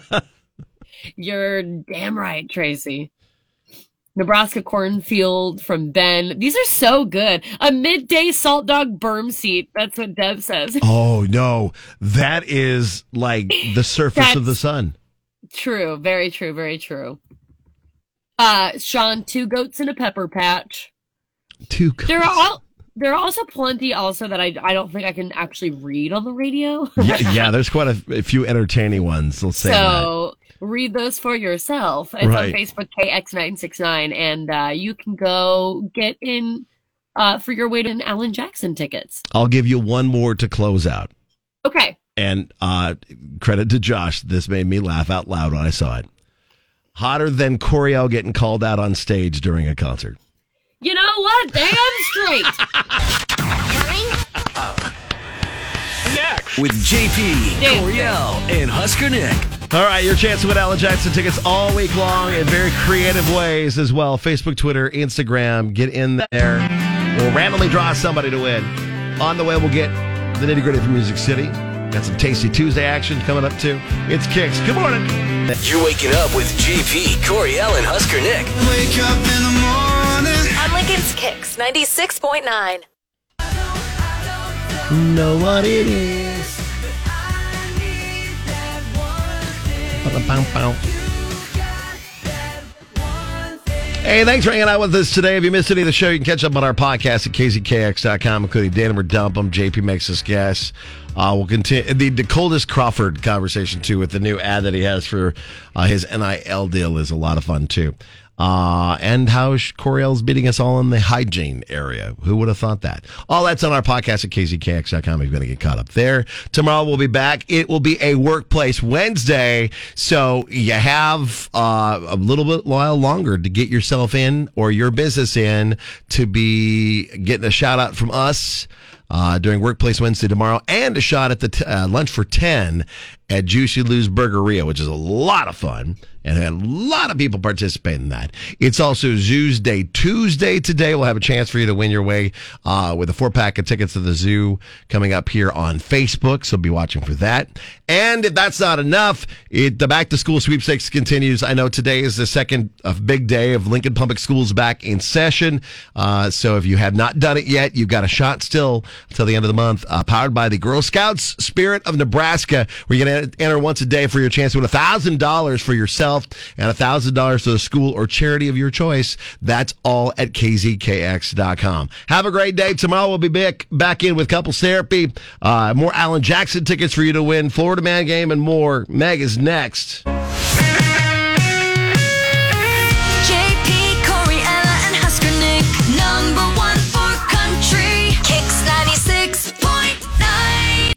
Speaker 12: You're damn right, Tracy. Nebraska cornfield from Ben. These are so good. A midday salt dog berm seat. That's what Deb says.
Speaker 10: Oh no, that is like the surface of the sun.
Speaker 12: True. Very true. Very true. Uh, Sean, two goats in a pepper patch.
Speaker 10: Two.
Speaker 12: There are all. There are also plenty also that I, I don't think I can actually read on the radio.
Speaker 10: Yeah, yeah there's quite a, a few entertaining ones. Let's say that.
Speaker 12: So read those for yourself. It's
Speaker 10: Right.
Speaker 12: on Facebook KX969, and uh, you can go get in uh, for your weight in Alan Jackson tickets.
Speaker 10: I'll give you one more to close out.
Speaker 12: Okay.
Speaker 10: And uh, credit to Josh, this made me laugh out loud when I saw it. Hotter than Coriel getting called out on stage during a concert.
Speaker 12: You know what? Damn straight.
Speaker 1: With JP,
Speaker 12: Dave.
Speaker 1: Coriel, and Husker Nick.
Speaker 10: All right, your chance to win Alan Jackson tickets all week long in very creative ways as well. Facebook, Twitter, Instagram. Get in there. We'll randomly draw somebody to win. On the way, we'll get the nitty gritty from Music City. Got some Tasty Tuesday action coming up too. It's Kicks. Good morning.
Speaker 1: You're waking up with JP, Coriel, and Husker Nick.
Speaker 18: Wake up in the morning.
Speaker 2: On Lincoln's Kicks 96.9.
Speaker 10: Know what it is. Ba-da-bum-bum. Hey, thanks for hanging out with us today. If you missed any of the show, you can catch up on our podcast at kzkx.com, including Datum or Dump 'em, JP Makes Us Guess. Uh, we'll continue the, the coldest Crawford conversation, too, with the new ad that he has for uh, his NIL deal is a lot of fun, too. Uh, and how Sh- Coriel's beating us all in the hygiene area. Who would have thought that? All that's on our podcast at kzkx.com if you want to get caught up there. Tomorrow we'll be back. It will be a workplace Wednesday. So you have uh, a little bit while longer to get yourself in or your business in to be getting a shout out from us uh, during Workplace Wednesday tomorrow, and a shot at the t- uh, lunch for ten at Juicy Lou's Burgeria, which is a lot of fun, and had a lot of people participating in that. It's also Zoo's Day Tuesday today. We'll have a chance for you to win your way uh, with a four pack of tickets to the zoo coming up here on Facebook. So be watching for that. And if that's not enough, it, the back to school sweepstakes continues. I know today is the second uh, big day of Lincoln Public Schools back in session. Uh, so if you have not done it yet, you've got a shot still until the end of the month. Uh, powered by the Girl Scouts Spirit of Nebraska, where you can en- enter once a day for your chance to win thousand dollars for yourself and thousand dollars to the school or charity of your choice. That's all at kzkx.com. Have a great day. Tomorrow we'll be back back in with couples therapy, uh, more Alan Jackson tickets for you to win, Florida Man game, and more. Meg is next.